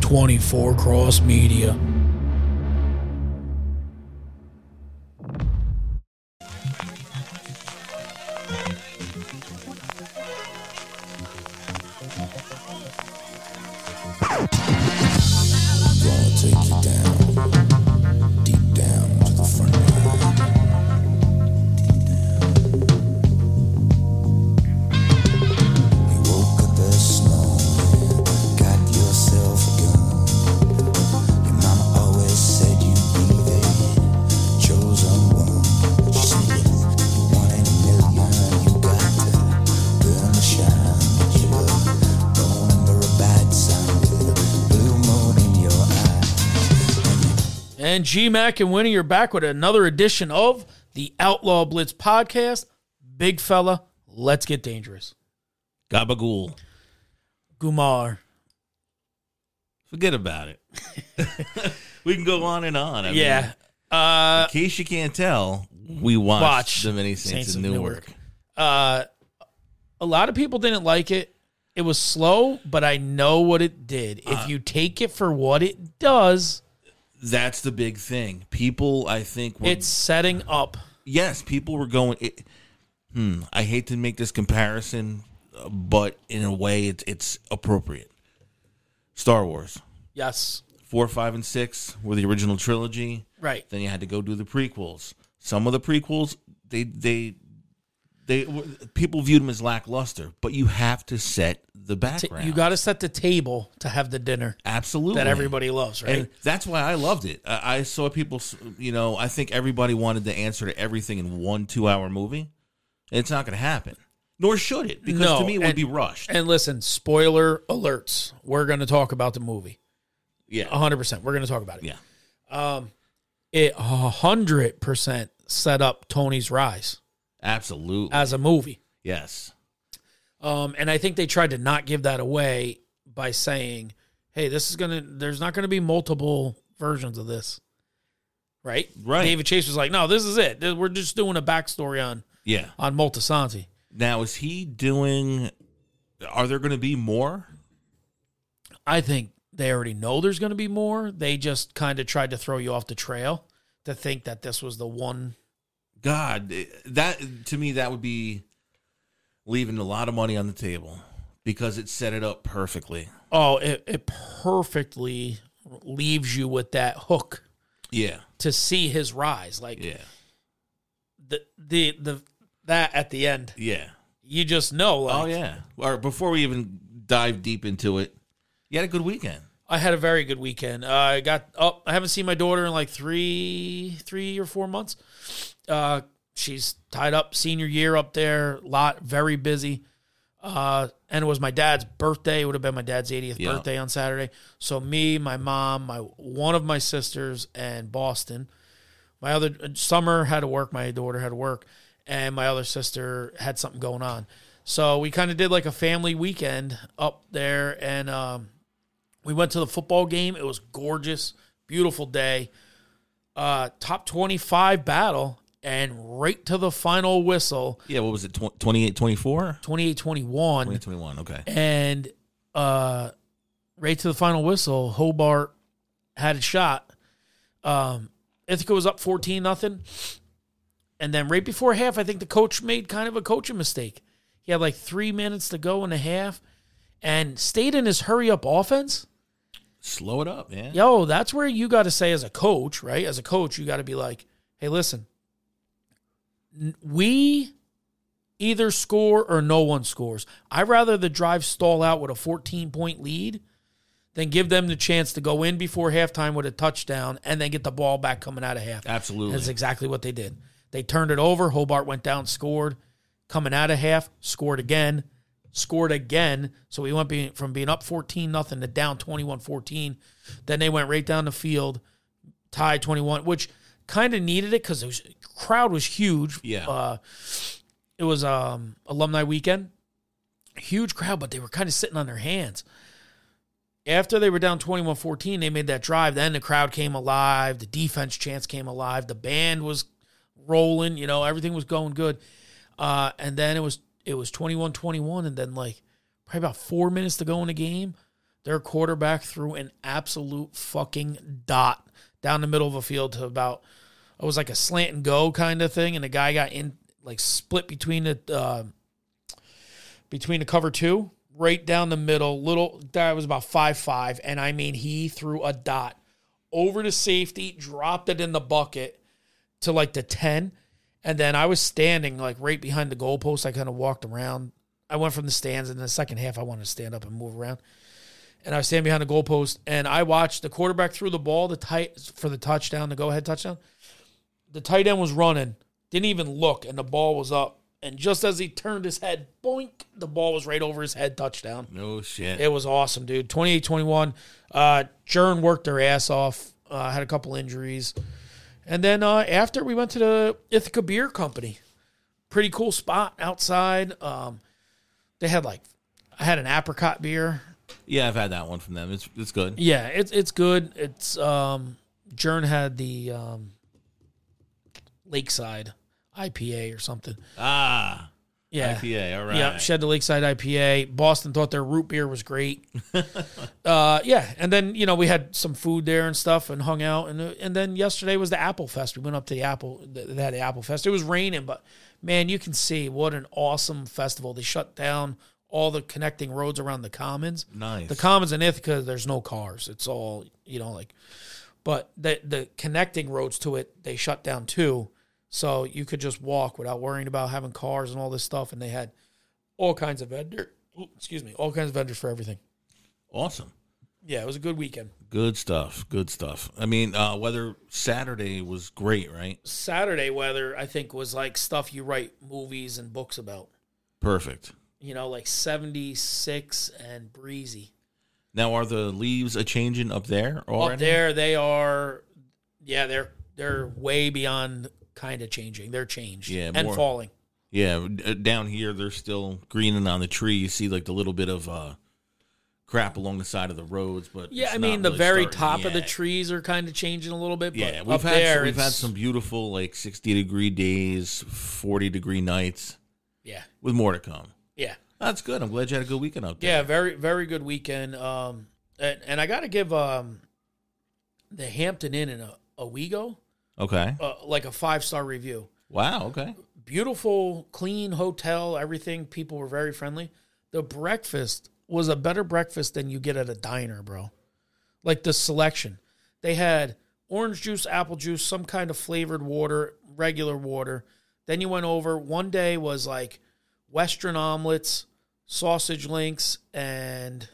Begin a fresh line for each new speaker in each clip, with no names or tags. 24 Cross Media. And G Mac and Winnie are back with another edition of the Outlaw Blitz podcast. Big fella, let's get dangerous.
Gabagool.
Gumar.
Forget about it. we can go on and on. I mean,
yeah. Uh,
in case you can't tell, we watched
Watch
the Many Saints, of Newark.
Uh, a lot of people didn't like it. It was slow, but I know what it did. If you take it for what it does,
That's the big thing. People, I think, were,
it's setting up.
yes, people were going. It, hmm, I hate to make this comparison, uh, but in a way, it's it's appropriate. Star Wars
Yes.
four, five, and six were the original trilogy.
Right.
Then you had to go do the prequels. Some of the prequels, they they they were- people viewed them as lackluster, but you have to set the
T-
background.
you got to set the table to have the dinner
absolutely
that everybody loves, right?
And that's why I loved it. I, I saw people, s- you know, I think everybody wanted the answer to everything in one two-hour movie. It's not going to happen, nor should it, because
No,
to me it would
and-
be rushed.
and listen, spoiler alerts. We're going to talk about the movie.
yeah,
100%. We're going to talk about it.
yeah,
It 100% set up Tony's rise
absolutely,
as a movie.
yes,
Um, and I think they tried to not give that away by saying, hey, this is going to, there's not going to be multiple versions of this. Right?
Right.
David Chase was like, no, this is it. Th- We're just doing a backstory on,
yeah.
on Multisanti.
Now is he doing? Are there going to be more?
I think they already know there's going to be more. They just kind of tried to throw you off the trail to think that this was the one.
God, that to me that would be leaving a lot of money on the table because it set it up perfectly.
Oh, it, it perfectly leaves you with that hook
Yeah,
to see his rise. Like
yeah,
the, the, the, that at the end,
yeah.
you just know. Like,
Oh yeah. Or before we even dive deep into it, you had a good weekend.
I had a very good weekend. Uh, I got up. I haven't seen my daughter in like three, three or four months. Uh, she's tied up senior year up there. Lot very busy. Uh, and it was my dad's birthday. It would have been my dad's 80th
Yeah.
birthday on Saturday. So me, my mom, my one of my sisters, and Boston. My other uh, summer had to work. My daughter had to work, and my other sister had something going on. So we kind of did like a family weekend up there, and um, we went to the football game. It was gorgeous, beautiful day. Uh, top twenty-five battle, and right to the final whistle,
Yeah, what was it? tw- 28 24?
28-21.
2021. Okay.
and uh, right to the final whistle, Hobart had it shot. Um, Ithaca was up fourteen nothing, and then right before half, I think the coach made kind of a coaching mistake. He had like three minutes to go in a half, and stayed in his hurry up offense.
Slow it up, man.
Yo, that's where you got to say as a coach, right? As a coach, you got to be like, hey, listen, n- we either score or no one scores. I'd rather the drive stall out with a 14 point lead than give them the chance to go in before halftime with a touchdown and then get the ball back coming out of half.
Absolutely.
That's exactly what they did. They turned it over. Hobart went down, scored. Coming out of half, scored again, scored again. So we went being, from being up 14 nothing to down 21 14. Then they went right down the field, tied 21, which kind of needed it because the crowd was huge.
Yeah.
Uh, it was um, alumni weekend. Huge crowd, but they were kind of sitting on their hands after they were down 21-14 they made that drive then the crowd came alive the defense chance came alive the band was rolling you know everything was going good uh, and then it was it was 21-21 and then like probably about four minutes to go in the game Their quarterback threw an absolute fucking dot down the middle of a field to about it was like a slant and go kind of thing, and the guy got in like split between the uh, between the cover two right down the middle. Little guy was about five five, and I mean he threw a dot over to safety, dropped it in the bucket to like the ten, and then I was standing like right behind the goalpost. I kind of walked around. I went from the stands, and in the second half I wanted to stand up and move around. And I was standing behind the goalpost, and I watched the quarterback threw the ball the tight for the touchdown, the go ahead touchdown the tight end was running, didn't even look, and the ball was up. And just as he turned his head, boink, the ball was right over his head, touchdown.
No shit.
It was awesome, dude. 28 21. Uh, Jern worked their ass off, uh, had a couple injuries. And then uh, after, we went to the Ithaca Beer Company. Pretty cool spot outside. Um, they had like, I had an apricot beer.
yeah, I've had that one from them. It's it's good.
Yeah, it's it's good. It's um Jern had the um Lakeside IPA or something.
Ah,
Yeah.
IPA. All right.
Yeah, shed the Lakeside IPA. Boston thought their root beer was great. uh, yeah, and then you know we had some food there and stuff, and hung out, and uh, and then yesterday was the Apple Fest. We went up to the Apple, th- they had the Apple Fest. It was raining, but man, you can see what an awesome festival. They shut down all the connecting roads around the commons.
Nice.
The commons in Ithaca, there's no cars. It's all you know, like, but the the connecting roads to it, they shut down too. So you could just walk without worrying about having cars and all this stuff. And they had all kinds of vendor, ooh, excuse me, all kinds of vendors for everything.
awesome.
Yeah, it was a good weekend.
Good stuff. Good stuff. I mean, uh, weather Saturday was great, right?
Saturday weather, I think, was like stuff you write movies and books about.
Perfect.
You know, like seventy six and breezy.
Now, are the leaves a changing up there
Up
already?
there, they are. Yeah, they're they're way beyond kind of changing. They're changed.
Yeah,
and
more-
falling.
Yeah, uh, down here they're still greening on the tree. You see like the little bit of uh, crap along the side of the roads, but
Yeah,
it's
I mean
not
the
really
very
starting
top of the
yet.
trees are kind of changing a little bit. But
Yeah,
up
we've had
there,
some, we've had
it's-
some beautiful like sixty degree days, forty degree nights,
Yeah,
with more to come.
yeah,
That's good. I'm glad you had a good weekend out there.
yeah. Very very good weekend. Um, and, and I got to give um, the Hampton Inn and Owego
Okay.
uh, like a five star review.
Wow. Okay.
Beautiful, clean hotel. Everything. People were very friendly. The breakfast was a better breakfast than you get at a diner, bro. Like the selection, they had orange juice, apple juice, some kind of flavored water, regular water. Then you went over. One day was like Western omelets, sausage links, and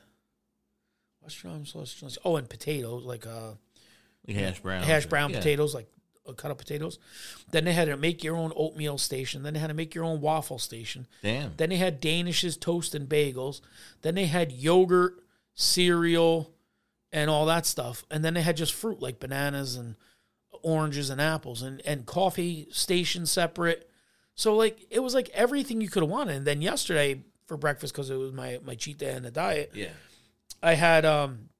Western omelets, sausage links. Oh, and potatoes, like uh,
Like hash brown.
hash brown
Yeah.
potatoes, like uh, cut up potatoes. Then they had to make your own oatmeal station. Then they had to make your own waffle station.
Damn.
Then they had Danishes, toast, and bagels. Then they had yogurt, cereal, and all that stuff. And then they had just fruit like bananas and oranges and apples and, and coffee station separate. So like it was like everything you could have wanted. And then yesterday for breakfast, because it was my, my cheat day and the diet,
Yeah.
I had um,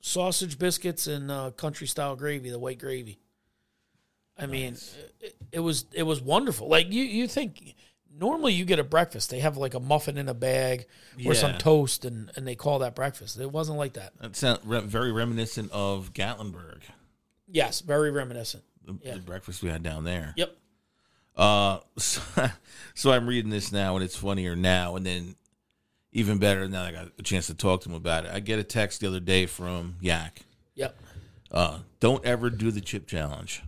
sausage biscuits and uh, country style gravy, the white gravy. I mean, it, it was it was wonderful. Like you you think normally you get a breakfast, they have like a muffin in a bag or some
Yeah.
toast, and and they call that breakfast. It wasn't like that.
That sounds re- very reminiscent of Gatlinburg,
Yes, very reminiscent.
the,
Yeah.
the breakfast we had down there.
Yep.
Uh, so, so I'm reading this now, and it's funnier now, and then even better now that I got a chance to talk to him about it. I get a text the other day from Yak.
Yep.
Uh, don't ever do the chip challenge.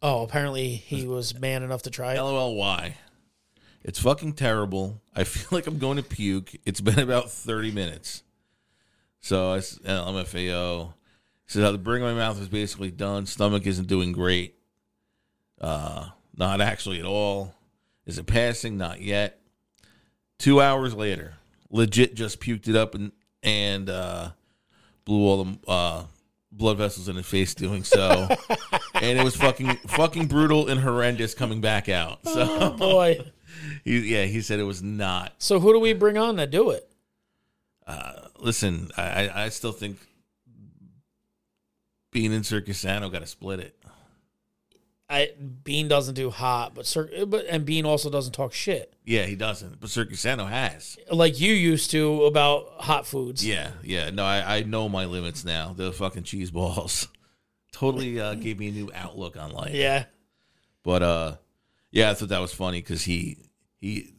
Oh, apparently he was man enough to try it.
LOLY. It's fucking terrible. I feel like I'm going to puke. It's been about 30 minutes. So I, s- uh, MFAO says, uh, the bring my mouth is basically done. Stomach isn't doing great. Uh, not actually at all. Is it passing? Not yet. Two hours later, legit just puked it up and, and uh, blew all the uh, blood vessels in his face doing so. and it was fucking fucking brutal and horrendous coming back out. So
Oh, Boy.
he, yeah, he said it was not.
So who do we bring on to do it?
Listen, I, I- I still think Bean and Circusano got to split it.
I Bean doesn't do hot, but Cir- but and Bean also doesn't talk shit
Yeah, he doesn't. But Circusano has.
like you used to about hot foods.
Yeah, yeah. No, I, I know my limits now. The fucking cheese balls totally uh, gave me a new outlook on life.
yeah.
But uh, yeah, I thought that was funny because he he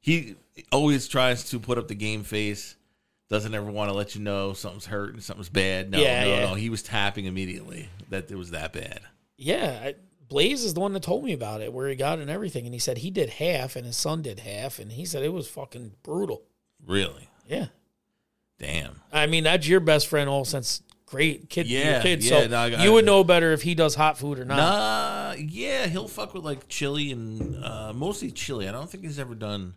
he always tries to put up the game face. Doesn't ever want to let you know something's hurt and something's bad. No,
Yeah,
no,
yeah.
no. He was tapping immediately that it was that bad.
Yeah, I, Blaze is the one that told me about it, where he got it and everything, and he said he did half, and his son did half, and he said it was fucking brutal.
Really,
Yeah,
damn.
I mean that's your best friend all since great kid, your
Yeah,
kid.
yeah,
so
no, I-
you would know better if he does hot food or not.
Nah, yeah, he'll fuck with like chili and uh, mostly chili. I don't think he's ever done.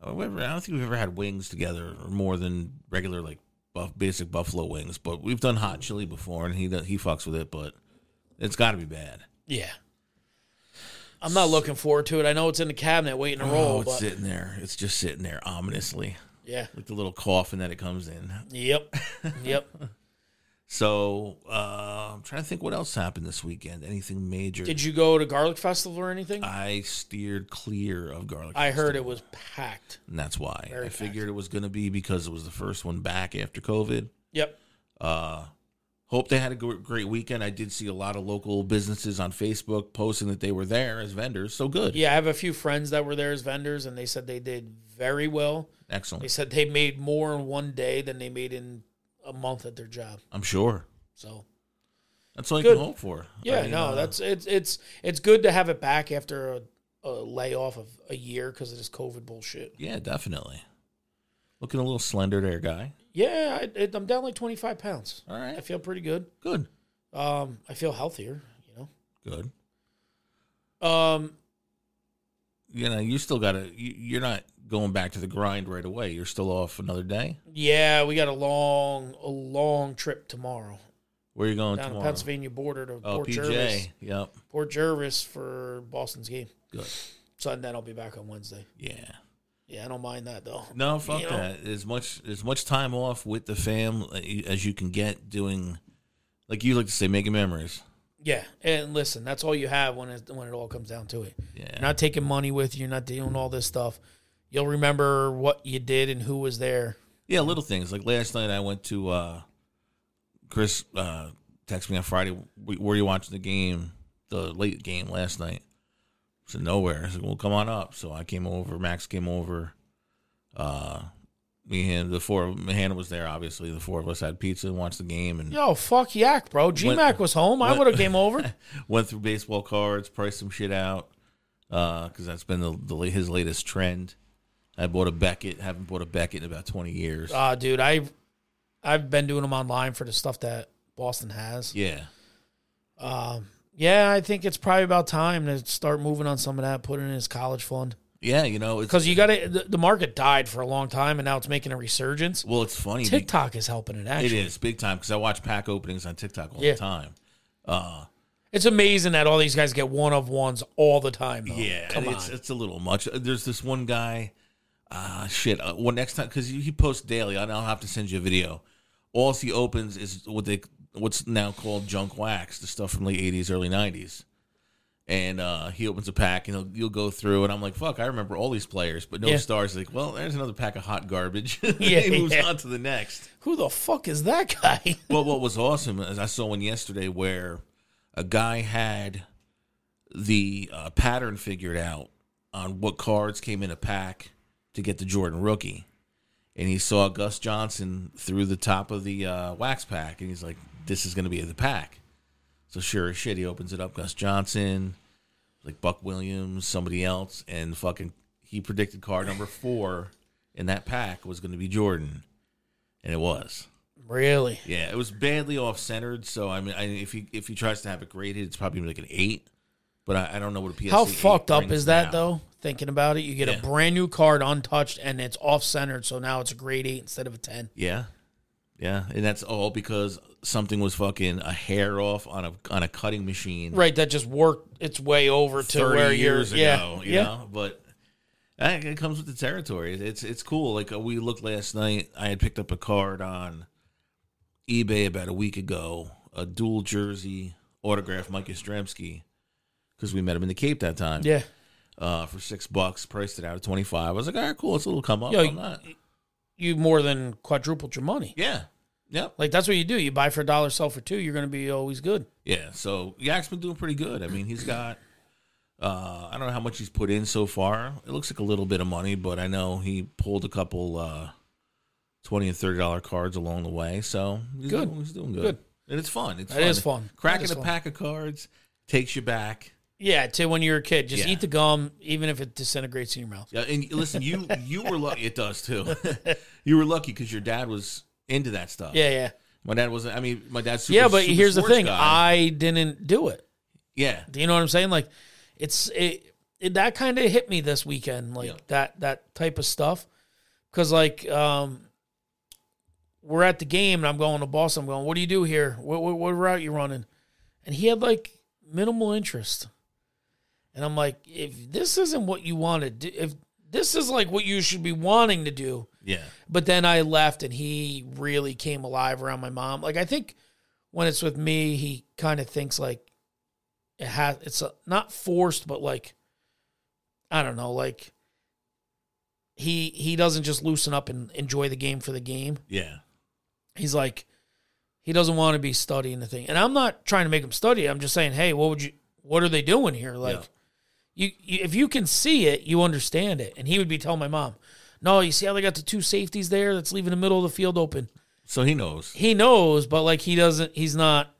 uh, I don't think we've ever had wings together or more than regular like buff, basic buffalo wings. But we've done hot chili before, and he do- he fucks with it. But it's got to be bad.
Yeah, I'm not looking forward to it. I know it's in the cabinet waiting to roll,
Oh, it's
but
sitting there. It's just sitting there ominously,
yeah,
like the little coffin that it comes in.
yep, yep.
So uh, I'm trying to think what else happened this weekend. Anything major?
Did you go to Garlic Festival or anything?
I steered clear of garlic.
I heard
Festival.
it was packed.
and that's why
Very
I
fast.
figured it was going to be because it was the first one back after COVID.
Yep.
Uh, hope they had a gr- great weekend. I did see a lot of local businesses on Facebook posting that they were there as vendors. So good,
Yeah, I have a few friends that were there as vendors, and they said they did very well. They
excellent.
said they made more in one day than they made in a month at their job.
I'm sure
So
that's all you
Good.
can hope for.
yeah,
I mean,
no,
uh,
that's it's it's it's good to have it back after a, a layoff of a year because of this COVID bullshit.
yeah, definitely. Looking a little slender there, guy.
Yeah, I, it, I'm down like 25 pounds.
All
I
right,
feel pretty good.
good,
Um, I feel healthier. You
good.
know. Um,
You know, you still got to. You, you're not going back to the grind right away. You're still off another day.
yeah, we got a long a long trip tomorrow
Where are you going
down the
tomorrow?
Pennsylvania border to
Oh,
Port
PJ.
Jervis.
Yep.
Port Jervis for Boston's game.
Good.
So and then I'll be back on Wednesday.
Yeah.
Yeah, I don't mind that though.
No, fuck
You know?
that. As much as much time off with the fam as you can get doing, like you like to say, making memories.
Yeah, and listen, that's all you have when it when it all comes down to it.
Yeah,
You're not taking money with you. You're not doing all this stuff. You'll remember what you did and who was there.
yeah, little things. Like last night, I went to uh, Chris uh, texted me on Friday. "W- Were you watching the game, the late game last night? I said nowhere. I said, well, come on up. So I came over. Max came over. Uh, me and him, the four. Hannah was there. Obviously, the four of us had pizza and watched the game. And
Yo, fuck yak, bro. GMAC was home. I
when-
would have came over.
went through baseball cards, priced some shit out because that's been the, the la- his latest trend. I bought a Beckett. Haven't bought a Beckett in about twenty years.
Ah, dude, I I've been doing them online for the stuff that Boston has.
yeah,
Um, yeah, I think it's probably about time to start moving on some of that. Put it in his college fund
yeah. You know, it's
because you got it. The, the market died for a long time, and now it's making a resurgence.
well, it's funny. be-
TikTok is helping it. Actually,
It is big time because I watch pack openings on TikTok all
Yeah.
the time.
It's amazing that all these guys get one of ones all the time. Though.
Yeah,
come
it's
on.
it's a little much. Uh, There's this one guy. Ah, shit. Uh, well, next time because he posts daily, and I'll have to send you a video. All he opens is what they what's now called junk wax, the stuff from late '80s, early '90s. And uh, he opens a pack, and he'll, you'll go through, and I'm like, "Fuck, I remember all these players, but no
Yeah.
stars." Like, well, there's another pack of hot garbage.
Yeah,
he moves
yeah.
on to the next.
Who the fuck is that guy?
But what was awesome is I saw one yesterday where a guy had the uh, pattern figured out on what cards came in a pack to get the Jordan rookie, and he saw Gus Johnson through the top of the uh, wax pack, and he's like, "This is going to be the pack." So sure as shit, he opens it up. Gus Johnson, like Buck Williams, somebody else, and fucking he predicted card number four in that pack was going to be Jordan, and it was.
really?
Yeah, it was badly off centered. So I mean, I, if he if he tries to have it graded, it's probably like an eight. But I, I don't know what a PSC.
How
eight
fucked up
brings
is that
now.
though? Thinking about it, you get
Yeah.
a brand new card untouched and it's off centered, so now it's a grade eight instead of a ten.
Yeah, yeah, and that's all because something was fucking a hair off on a on a cutting machine
Right, that just worked its way over to
thirty
where
years
you're,
ago.
yeah,
You
yeah.
know, but. I think It comes with the territory. It's it's cool. Like uh, we looked last night. I had picked up a card on eBay about a week ago, a dual jersey autograph Mike Yastrzemski because we met him in the Cape that time.
Yeah.
Uh, for six bucks, priced it out at twenty five. I was like, all right, cool. It's a little come up.
Yo,
I'm not.
You more than quadrupled your money.
Yeah. Yep.
Like that's what you do. You buy for a dollar, sell for two. You're going to be always good.
Yeah. So Yak's been doing pretty good. I mean, he's got. Uh, I don't know how much he's put in so far. It looks like a little bit of money, but I know he pulled a couple uh, twenty and thirty dollar cards along the way. So he's
Good.
Doing, he's doing good.
Good.
And it's fun. It's
That
fun.
is fun.
Cracking
That is
a
fun.
pack of cards takes you back.
Yeah, to when you're a kid, just
Yeah.
eat the gum, even if it disintegrates in your mouth.
Yeah, and listen, you you were lucky. It does too. you were lucky because your dad was into that stuff.
Yeah, yeah,
My dad wasn't. I mean, my dad's super,
yeah. But
super
here's the
sports
thing:
guy.
I didn't do it.
yeah,
Do you know what I'm saying? Like, it's it, it that kind of hit me this weekend, like
Yeah.
that that type of stuff. Because like, um, we're at the game, and I'm going to Boston. I'm going. What do you do here? What, what, what route you running? And he had like minimal interest. And I'm like, if this isn't what you want to do, if this is like what you should be wanting to do,
yeah,
But then I left and he really came alive around my mom. Like I think when it's with me, he kind of thinks like it has it's a, not forced but like I don't know, like he he doesn't just loosen up and enjoy the game for the game.
yeah,
He's like he doesn't want to be studying the thing. And I'm not trying to make him study. I'm just saying, "Hey, what would you what are they doing here?" Like
Yeah.
you, you if you can see it, you understand it. And he would be telling my mom, "No, you see how they got the two safeties there that's leaving the middle of the field open."
So he knows.
He knows, but like he doesn't he's not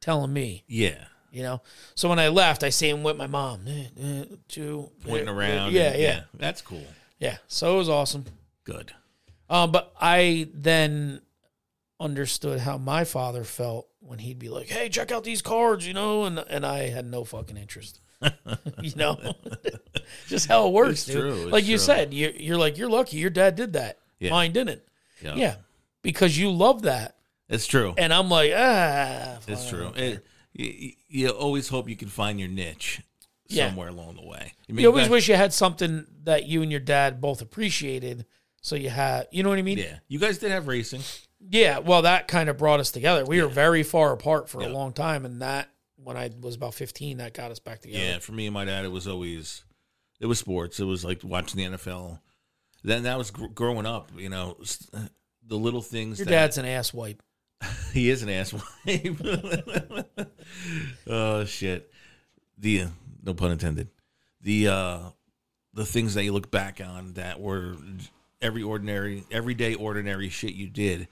telling me,
Yeah,
you know. So when I left, I see him with my mom. Eh, eh, two
pointing
eh, eh,
around.
Yeah, yeah,
and-
yeah.
That's cool.
So it was awesome.
Good.
Um, but I then understood how my father felt when he'd be like, "Hey, check out these cards," you know, and and I had no fucking interest. you know, just how it works,
It's
dude.
true, it's
like you
true.
said, you, you're like you're lucky. Your dad did that.
Yeah. Oh.
Mine didn't. Yeah, because you love that,
it's true.
and I'm like, ah,
It's
fine.
true. It- you, you always hope you can find your niche
Yeah.
somewhere along the way. I mean,
You always
got-
wish you had something that you and your dad both appreciated. So you had, you know what I mean?
Yeah, you guys did have racing.
Yeah, well, that kind of brought us together. We were very far apart for a long time, and that when I was about fifteen, that got us back together.
Yeah, for me and my dad, it was always it was sports. It was like watching the NFL. Then that was gr- growing up. You know, s- the little things.
Your
that,
dad's an ass wipe.
He is an asswipe. oh shit. The uh, no pun intended. The uh the things that you look back on that were every ordinary everyday ordinary shit you did,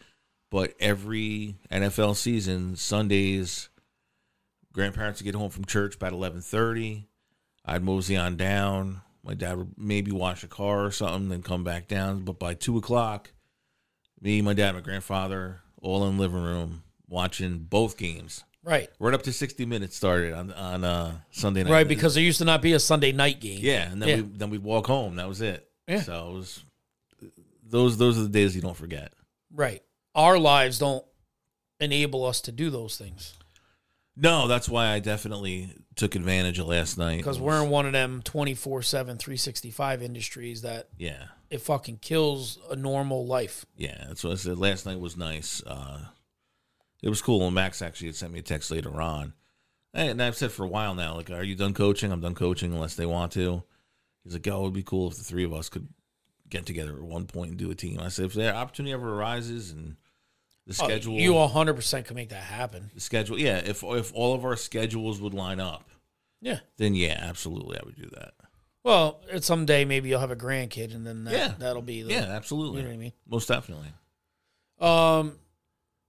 but every NFL season, Sundays, grandparents would get home from church about eleven thirty. I'd mosey on down. My dad would maybe wash a car or something, then come back down. But by two o'clock, me, my dad, my grandfather, all in the living room watching both games.
Right.
Right up to sixty minutes started on on uh, Sunday night.
Right, because there used to not be a Sunday night game.
yeah, and then
Yeah.
we then we'd walk home. That was it.
Yeah.
So it was those those are the days you don't forget.
Right. Our lives don't enable us to do those things
No, that's why I definitely took advantage of last night.
because
It
we're
was-
in one of them 24 7, 365 industries that
yeah,
it fucking kills a normal life.
yeah. That's what I said. Last night was nice. Uh, it was cool. And Max actually had sent me a text later on, and I've said for a while now, like, "Are you done coaching? I'm done coaching unless they want to." He's like, "Yo, it would be cool if the three of us could get together at one point and do a team." I said, "If that opportunity ever arises and the
Uh,
schedule,
You 100% can make that happen.
the schedule, yeah, if if all of our schedules would line up,
Yeah.
then yeah, absolutely, I would do that.
Well, it's someday maybe you'll have a grandkid and then that,
Yeah.
that'll be the.
yeah, absolutely,
You know what I mean?
most definitely."
Um,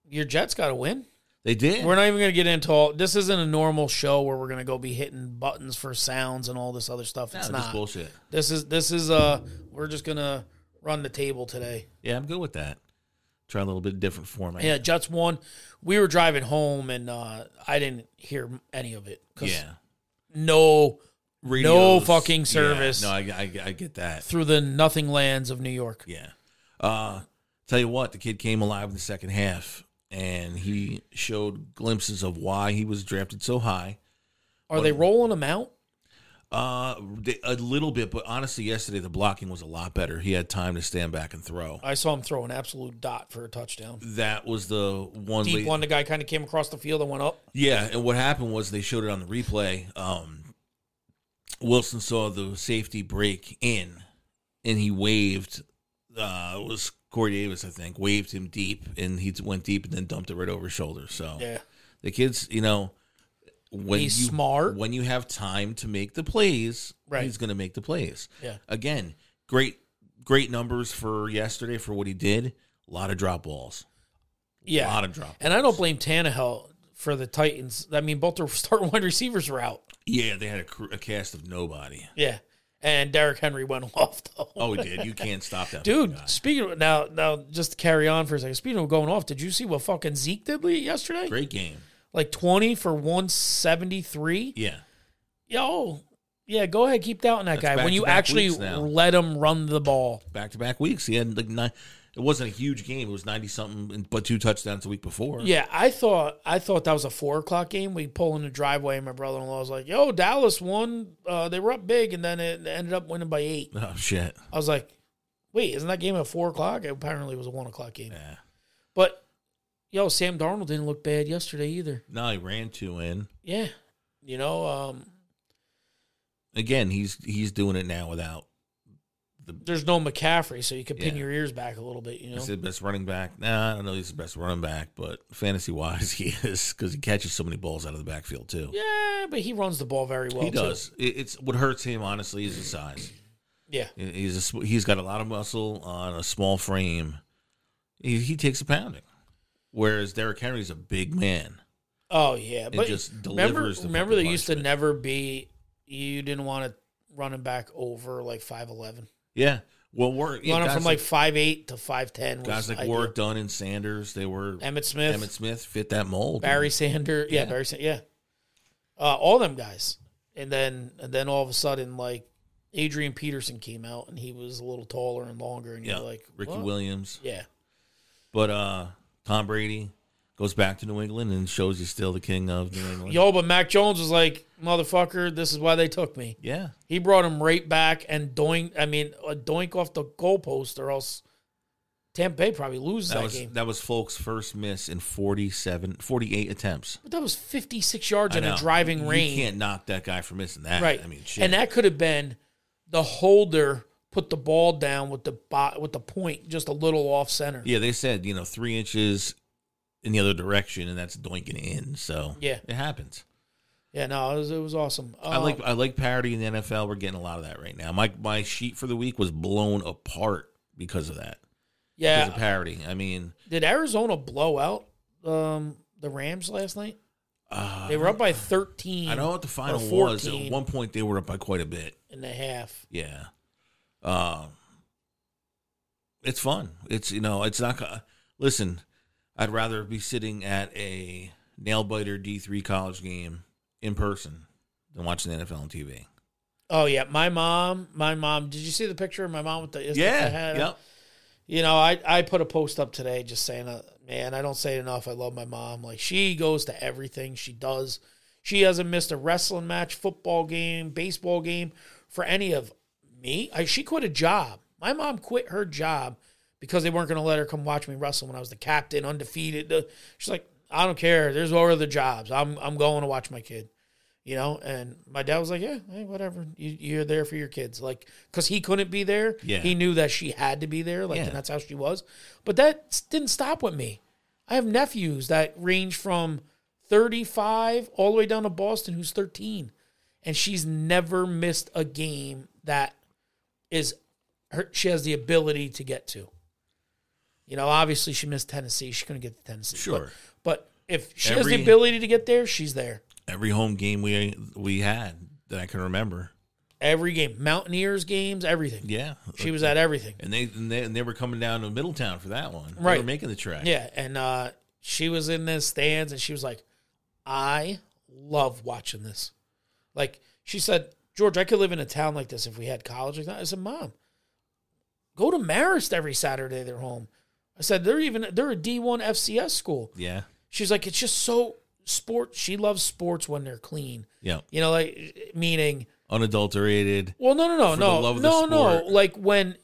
your Jets got to win.
They did.
We're not even going to get into all. This isn't a normal show where we're going to go be hitting buttons for sounds and all this other stuff.
No,
It's
just
not.
bullshit.
This is this is uh. We're just gonna run the table today.
Yeah, I'm good with that. Try a little bit different format.
Yeah, Jets won. We were driving home and uh I didn't hear any of it. 'cause
yeah.
No,
Radios,
fucking
yeah,
service.
no, I, I, I get that.
through the nothing lands of New York.
Yeah. Uh, tell you what, the kid came alive in the second half, and he showed glimpses of why he was drafted so high.
Are they rolling them out?
Uh, they- a little bit, but honestly, yesterday the blocking was a lot better. He had time to stand back and throw.
I saw him throw an absolute dot for a touchdown.
That was the one.
Deep
late-
one. The guy kind of came across the field and went up.
Yeah, and what happened was they showed it on the replay. Um, Wilson saw the safety break in, and he waved. Uh, it was Corey Davis, I think, waved him deep, and he went deep and then dumped it right over his shoulder. So
Yeah.
the kids, you know, when
He's
you,
smart.
when you have time to make the plays,
Right.
he's going to make the plays.
Yeah.
Again, great, great numbers for yesterday for what he did. A lot of drop balls.
Yeah.
A lot of drop.
And I don't blame Tannehill for the Titans. I mean, both their starting wide receivers were out.
Yeah, they had a, cr- a cast of nobody.
Yeah. And Derrick Henry went off though.
Oh, he did. You can't stop that,
Dude,
guy.
speaking of, now, now just to carry on for a second. Speaking of going off, did you see what fucking Zeke did yesterday?
Great game.
Like twenty for one seventy three.
Yeah,
Yo, yeah, go ahead, keep doubting that guy. When you
back-to-back
actually
weeks now.
let him run the ball,
back to back weeks. He had like nine. It wasn't a huge game. It was ninety something, but two touchdowns the week before.
Yeah, I thought I thought that was a four o'clock game. We pull in the driveway, and my brother in law was like, "Yo, Dallas won. Uh, they were up big, and then it ended up winning by eight.
Oh shit.
I was like, "Wait, isn't that game at four o'clock?" Apparently, it was a one o'clock game.
Yeah.
But yo, Sam Darnold didn't look bad yesterday either.
No, he ran two in.
Yeah, you know, um,
Again, he's he's doing it now without.
there's no McCaffrey, so you could pin
Yeah.
your ears back a little bit. You know,
He's the best running back. Nah, I don't know. He's the best running back, but fantasy wise, he is because he catches so many balls out of the backfield too.
yeah, but he runs the ball very well.
he
too.
does. It, it's what hurts him honestly is his size.
Yeah,
He's a, sm- he's got a lot of muscle on a small frame. He, he takes a pounding, whereas Derrick Henry's a big man.
Oh yeah, but
just
remember,
delivers the
remember they
fucking
used to
punishment.
never be. You didn't want to running back over like five eleven.
Yeah. Well, we're yeah,
running
guys
from like five eight to five ten. Was
guys like
ideal.
Warwick Dunn and Sanders. They were
Emmett Smith,
Emmett Smith fit that mold.
Barry Sanders. Yeah, Barry Sanders. Yeah, uh, all them guys. And then and then all of a sudden, like Adrian Peterson came out and he was a little taller and longer, and
yeah,
you're like
Ricky
what?
Williams.
Yeah,
But uh, Tom Brady goes back to New England and shows he's still the king of New England.
yo, but Mac Jones was like, motherfucker, this is why they took me.
Yeah.
He brought him right back and doink. I mean, a doink off the goalpost, or else Tampa Bay probably loses
That
that,
was
game.
that was Folk's first miss in 47, 48 attempts.
But that was 56 yards
I
in a
know.
driving
You
rain,
can't knock that guy for missing that.
right?
I mean, shit.
and that could have been the holder put the ball down with the bot with the point just a little off center.
Yeah, they said you know three inches in the other direction, and that's doinking in. So
Yeah.
it happens.
Yeah, no, it was, it was awesome.
I
Um,
like I like parity in the NFL. We're getting a lot of that right now. My my sheet for the week was blown apart because of that. Because of
yeah.
parity. I mean,
Did Arizona blow out um, the Rams last night?
uh,
They were up by 13
I don't know what the final
or
was. At
14.
one point, they were up by quite a bit.
and a half.
Yeah. Um, it's fun. It's you know, it's not. go- Listen, I'd rather be sitting at a nail biter D three college game in person than watching the NFL on TV.
Oh yeah, my mom, my mom. Did you see the picture of my mom with the is- I
Yeah.
had?
Yep.
You know, I I put a post up today just saying, uh, man, I don't say it enough. I love my mom. Like she goes to everything she does. She hasn't missed a wrestling match, football game, baseball game for any of me. I, she quit a job. My mom quit her job because they weren't going to let her come watch me wrestle when I was the captain, undefeated. The- She's like, I don't care. There's all other jobs. I'm I'm going to watch my kid you know and my dad was like yeah hey, whatever you, you're there for your kids like because he couldn't be there
Yeah.
he knew that she had to be there like
Yeah.
and that's how she was but that s- didn't stop with me i have nephews that range from 35 all the way down to boston who's 13 and she's never missed a game that is her she has the ability to get to you know obviously she missed tennessee she couldn't get to tennessee but-
Sure.
but, if she has the
Every-
ability to get there she's there
Every home game we we had that I can remember.
Every game, Mountaineers games, everything.
Yeah.
She was at everything.
and they, and they and they were coming down to Middletown for that one. They
Right.
were making the track.
Yeah, and uh, she was in the stands, and she was like, "I love watching this." Like she said, George, I could live in a town like this if we had college. Like that. I said, Mom, go to Marist every Saturday. They're home. I said, they're even they're a D one FCS school.
Yeah.
She's like, it's just so sports. She loves sports when they're clean.
Yeah.
You know, like meaning
unadulterated.
Well, no, no, no,
For the
no,
love of the
no, no.
sport.
Like when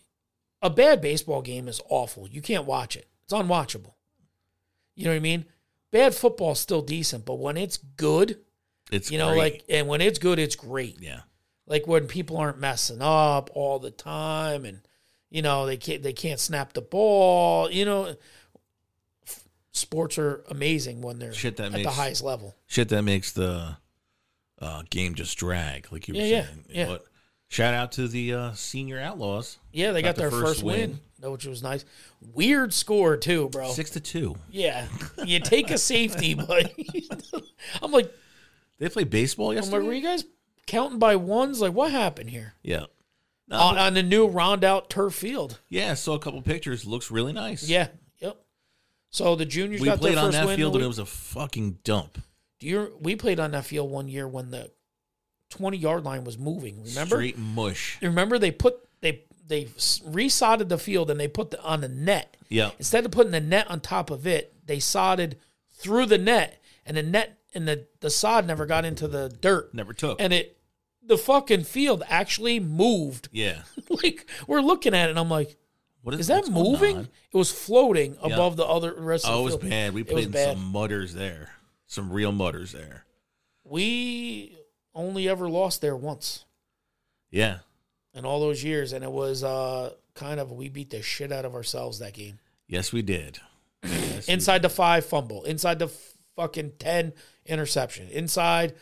a bad baseball game is awful, you can't watch it. It's unwatchable. You know what I mean? Bad football's still decent, but when it's good,
It's
you know,
great.
like, and when it's good, it's great.
yeah,
Like when people aren't messing up all the time, and you know they can't they can't snap the ball. You know, f- sports are amazing when they're
Shit that
at the
makes-
highest level.
shit that makes the uh, game just drag. Like you were
Yeah, yeah,
saying.
yeah.
But shout out to the uh, senior outlaws,
Yeah, they got, their first, win, which was nice. Weird score too, bro.
six to two.
Yeah, you take a safety, but I'm like,
They play baseball
I'm
yesterday.
like, were you guys counting by ones? Like, what happened here
yeah, no,
on, on the new round out turf field?
yeah. I saw a couple pictures. Looks really nice.
Yeah, yep. So the juniors
we
got
played
their
on
first
that
win.
field
the
and it
week-
was a fucking dump.
Do you, we played on that field one year when the 20 yard line was moving. Remember?
Straight mush.
Remember they put they they s- resodded the field and they put the on the net.
Yeah,
Instead of putting the net on top of it, they sodded through the net, and the net and the, the sod never got into the dirt.
never took.
and it the fucking field actually moved.
yeah,
like we're looking at it and I'm like,
what
is that
what's going
moving?
on?
It was floating above the other rest of the
Oh, it was
field.
bad. We
It was
played in
bad.
some mutters there, some real mutters there.
We only ever lost there once
Yeah,
in all those years and it was uh kind of we beat the shit out of ourselves that game.
yes, we did.
Inside the 5 fumble, inside the f- fucking 10 interception, inside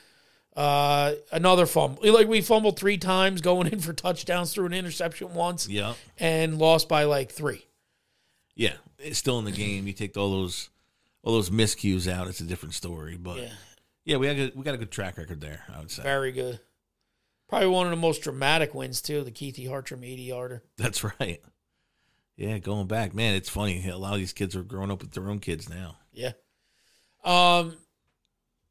uh another fumble. Like we fumbled 3 times going in for touchdowns through an interception once
Yeah,
and lost by like 3.
yeah. It's still in the game. You take all those all those miscues out. It's a different story. But yeah,
Yeah.
we got a, we got a good track record there. I would say
Very good. Probably one of the most dramatic wins too, the Keithy Hartram 80 yarder.
that's right. Yeah, going back, man, it's funny. A lot of these kids are growing up with their own kids now.
Yeah. Um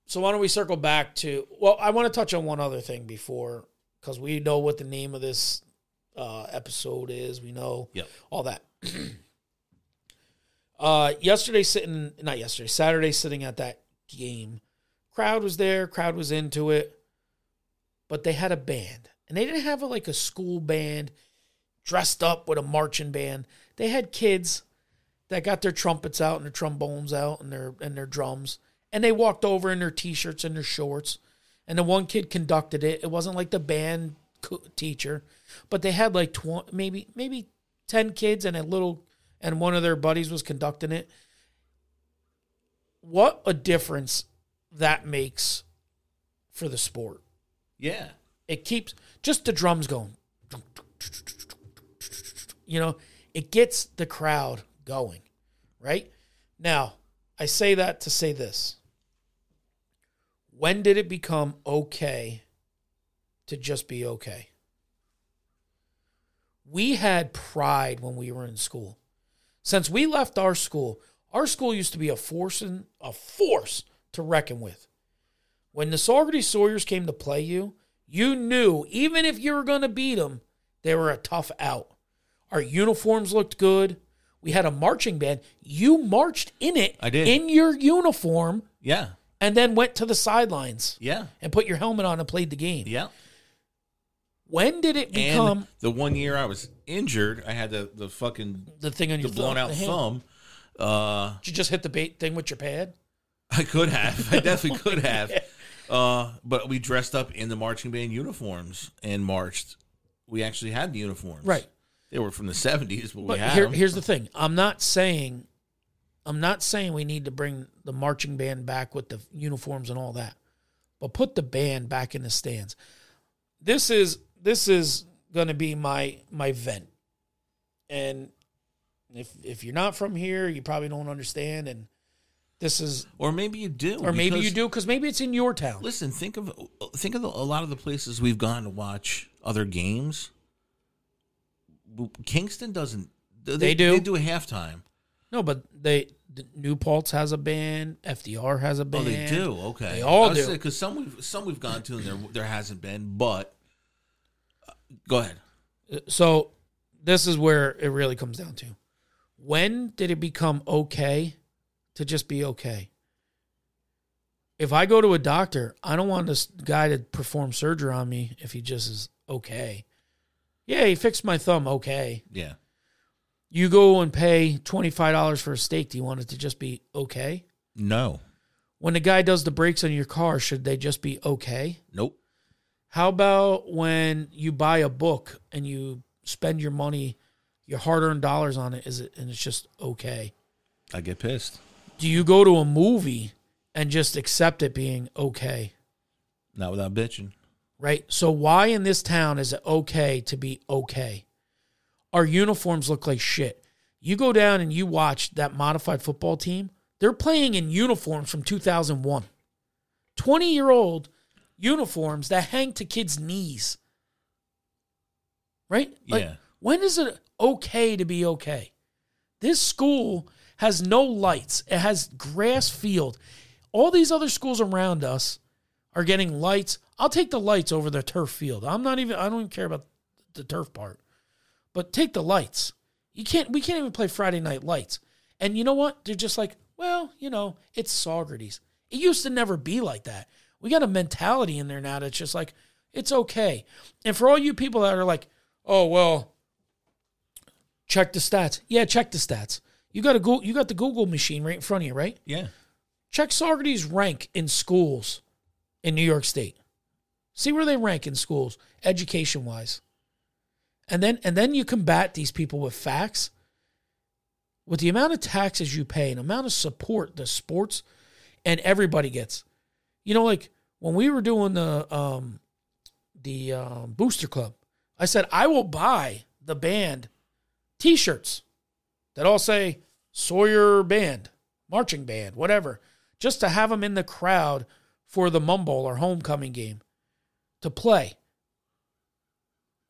so why don't we circle back to well, I want to touch on one other thing before because we know what the name of this uh episode is. We know
Yep.
all that. uh yesterday sitting not yesterday, Saturday sitting at that game. Crowd was there, crowd was into it. But they had a band. And they didn't have a, like a school band dressed up with a marching band. They had kids that got their trumpets out and their trombones out and their and their drums. And they walked over in their t-shirts and their shorts. And the one kid conducted it. It wasn't like the band co- teacher, but they had like 20, maybe maybe 10 kids and a little and one of their buddies was conducting it. What a difference that makes for the sport.
Yeah,
It keeps just the drums going. You know, it gets the crowd going, right? Now, I say that to say this. When did it become okay to just be okay? We had pride when we were in school. Since we left our school, our school used to be a force and a force to reckon with. When the Saugerty Sawyers came to play you, you knew even if you were going to beat them, they were a tough out. Our uniforms looked good. We had a marching band. You marched in it.
I did.
in your uniform,
yeah,
and then went to the sidelines
yeah,
and put your helmet on and played the game.
yeah.
When did it
And
become
the one year I was injured, I had the the fucking
the thing on
the
your
blown out
hand?
thumb. Uh,
Did you just hit the bait thing with your pad?
I could have. I definitely could have. Uh, but we dressed up in the marching band uniforms and marched. We actually had the uniforms.
Right.
They were from the 70s, but, we
But
had
here,
them.
here's the thing. I'm not saying, I'm not saying we need to bring the marching band back with the uniforms and all that, but put the band back in the stands. This is this is going to be my my vent, and if if you're not from here, you probably don't understand. And this is,
or maybe you do.
or maybe you
because-
do, because maybe it's in your town.
Listen, think of think of the, a lot of the places we've gone to watch other games. Kingston doesn't. They,
They do.
They do a halftime.
No, but they the New Paltz has a band, FDR has a
Oh,
band.
they do. Okay,
They all do.
Because some we've some we've gone to and there there hasn't been. But uh, go ahead.
So this is where it really comes down to. When did it become okay to just be okay? if I go to a doctor, I don't want this guy to perform surgery on me if he just is okay. Yeah, he fixed my thumb. Okay.
Yeah.
You go and pay $25 for a steak. Do you want it to just be okay?
No.
When the guy does the brakes on your car, should they just be okay?
Nope.
How about when you buy a book and you spend your money, your hard earned dollars on it, is it and it's just okay?
I get pissed.
Do you go to a movie and just accept it being okay?
Not without bitching.
Right? So why in this town is it okay to be okay? Our uniforms look like shit. You go down and you watch that modified football team, they're playing in uniforms from 2001. 20 year old uniforms that hang to kids' knees. Right?
Yeah.
When is it okay to be okay? This school has no lights, it has grass field. All these other schools around us are getting lights. I'll take the lights over the turf field. I'm not even, I don't even care about the turf part, but take the lights. You can't, we can't even play Friday night lights. And you know what? They're just like, well, you know, it's Socrates. It used to never be like that. We got a mentality in there now that's just like, it's okay. And for all you people that are like, oh, well, check the stats. Yeah, check the stats. You got a Goo- you got the Google machine right in front of you, right?
Yeah.
Check Socrates' rank in schools in New York State. See where they rank in schools, education wise. And then and then you combat these people with facts. With the amount of taxes you pay and amount of support the sports and everybody gets. You know, like when we were doing the um the um, booster club, I said I will buy the band t shirts that all say Sawyer Band, Marching Band, whatever, just to have them in the crowd for the Mumble or homecoming game to play.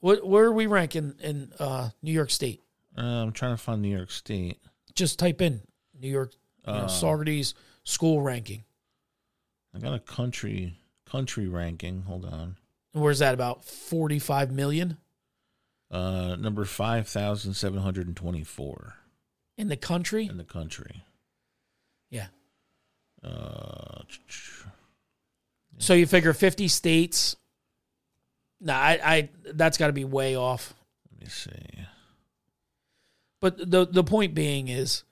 What, where are we ranking in uh, New York State?
Uh, I'm trying to find New York State.
Just type in New York you know,
Uh,
Socrates school ranking.
I got a country country ranking. Hold on.
And Where's that? About 45 million
Uh, number five thousand seven hundred and twenty-four
in the country?
in the country.
Yeah.
Uh, ch- ch-
So you figure 50 states. Nah, I, I that's got to be way off.
let me see.
But the the point being is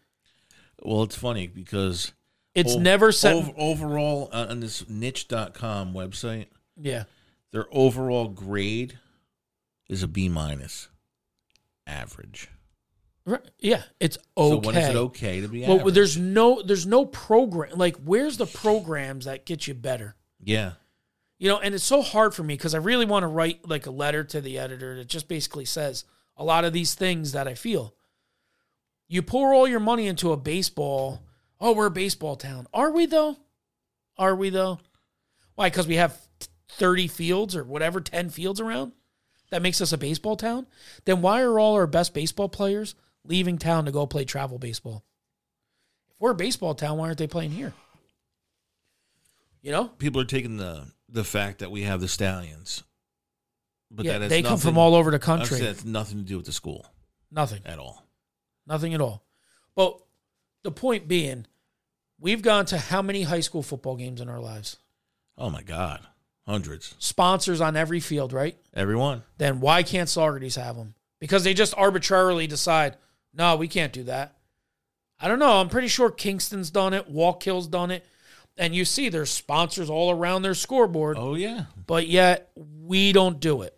Well, it's funny because
it's
ov-
never set.
ov- overall uh, on this niche.com website.
yeah.
Their overall grade is a B minus, average.
Right. Yeah, it's
So
okay.
when is it okay to be
Well,
average?
there's no there's no program like where's the programs that get you better?
yeah,
You know, and it's so hard for me because I really want to write like a letter to the editor that just basically says a lot of these things that I feel. You pour all your money into a baseball. Oh, we're a baseball town. Are we though? Are we though? Why? Because we have 30 fields or whatever, 10 fields around? That makes us a baseball town? Then why are all our best baseball players leaving town to go play travel baseball? If we're a baseball town, why aren't they playing here? You know?
people are taking the the fact that we have the stallions, but
yeah,
that has
they come from
nothing-
all over the
obviously
country.
That's nothing to do with the school
Nothing.
at all.
Nothing at all. But the point being, we've gone to how many high school football games in our lives?
Oh my god, hundreds,
Sponsors on every field, right?
everyone.
Then why can't Socrates have them? Because they just arbitrarily decide, no, we can't do that. I don't know. I'm pretty sure Kingston's done it, Walk Hill's done it. And you see there's sponsors all around their scoreboard,
Oh yeah,
but yet we don't do it.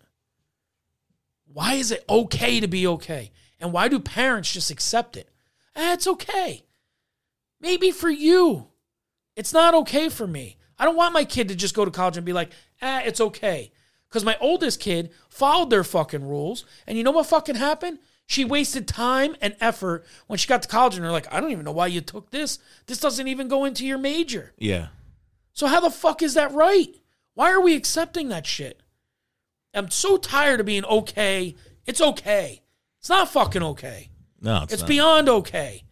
Why is it okay to be okay? And why do parents just accept it? Ah, it's okay. Maybe for you. It's not okay for me. I don't want my kid to just go to college and be like, ah, it's okay. Because my oldest kid followed their fucking rules. And you know what fucking happened? She wasted time and effort when she got to college and they're like, I don't even know why you took this. This doesn't even go into your major.
yeah.
So how the fuck is that right? Why are we accepting that shit? I'm so tired of being okay. It's okay. It's not fucking okay.
No, it's,
It's
not.
beyond okay.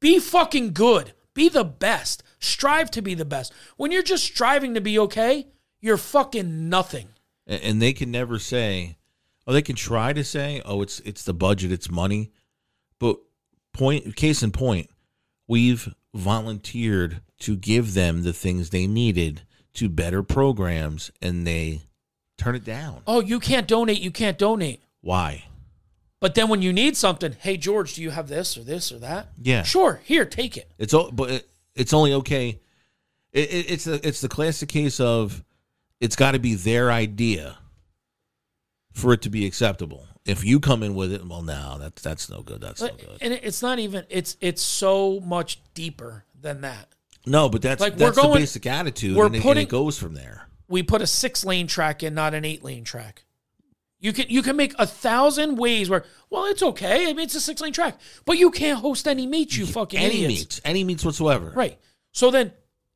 Be fucking good. Be the best. Strive to be the best. When you're just striving to be okay, you're fucking nothing.
A- and they can never say or they can try to say oh it's it's the budget it's money but point case in point we've volunteered to give them the things they needed to better programs and they turn it down.
Oh, you can't donate. You can't donate.
Why?
But then when you need something, hey George, do you have this or this or that?
Yeah.
Sure, here, take it.
It's all, but it, it's only okay. It, it, it's the it's the classic case of it's got to be their idea for it to be acceptable. If you come in with it, well, no, that's that's no good. That's no
But-
good.
and it- it's not even it's it's so much deeper than that.
No, but that's
Like, we're
that's the
going-
basic attitude,
we're
and, it, and
putting-
it goes from there.
We put a six lane track in, not an eight lane track. You can you can make a thousand ways where well it's okay. I mean it's a six lane track, but you can't host any meet. You fucking
Any
idiots.
meats, any meats whatsoever.
Right. So then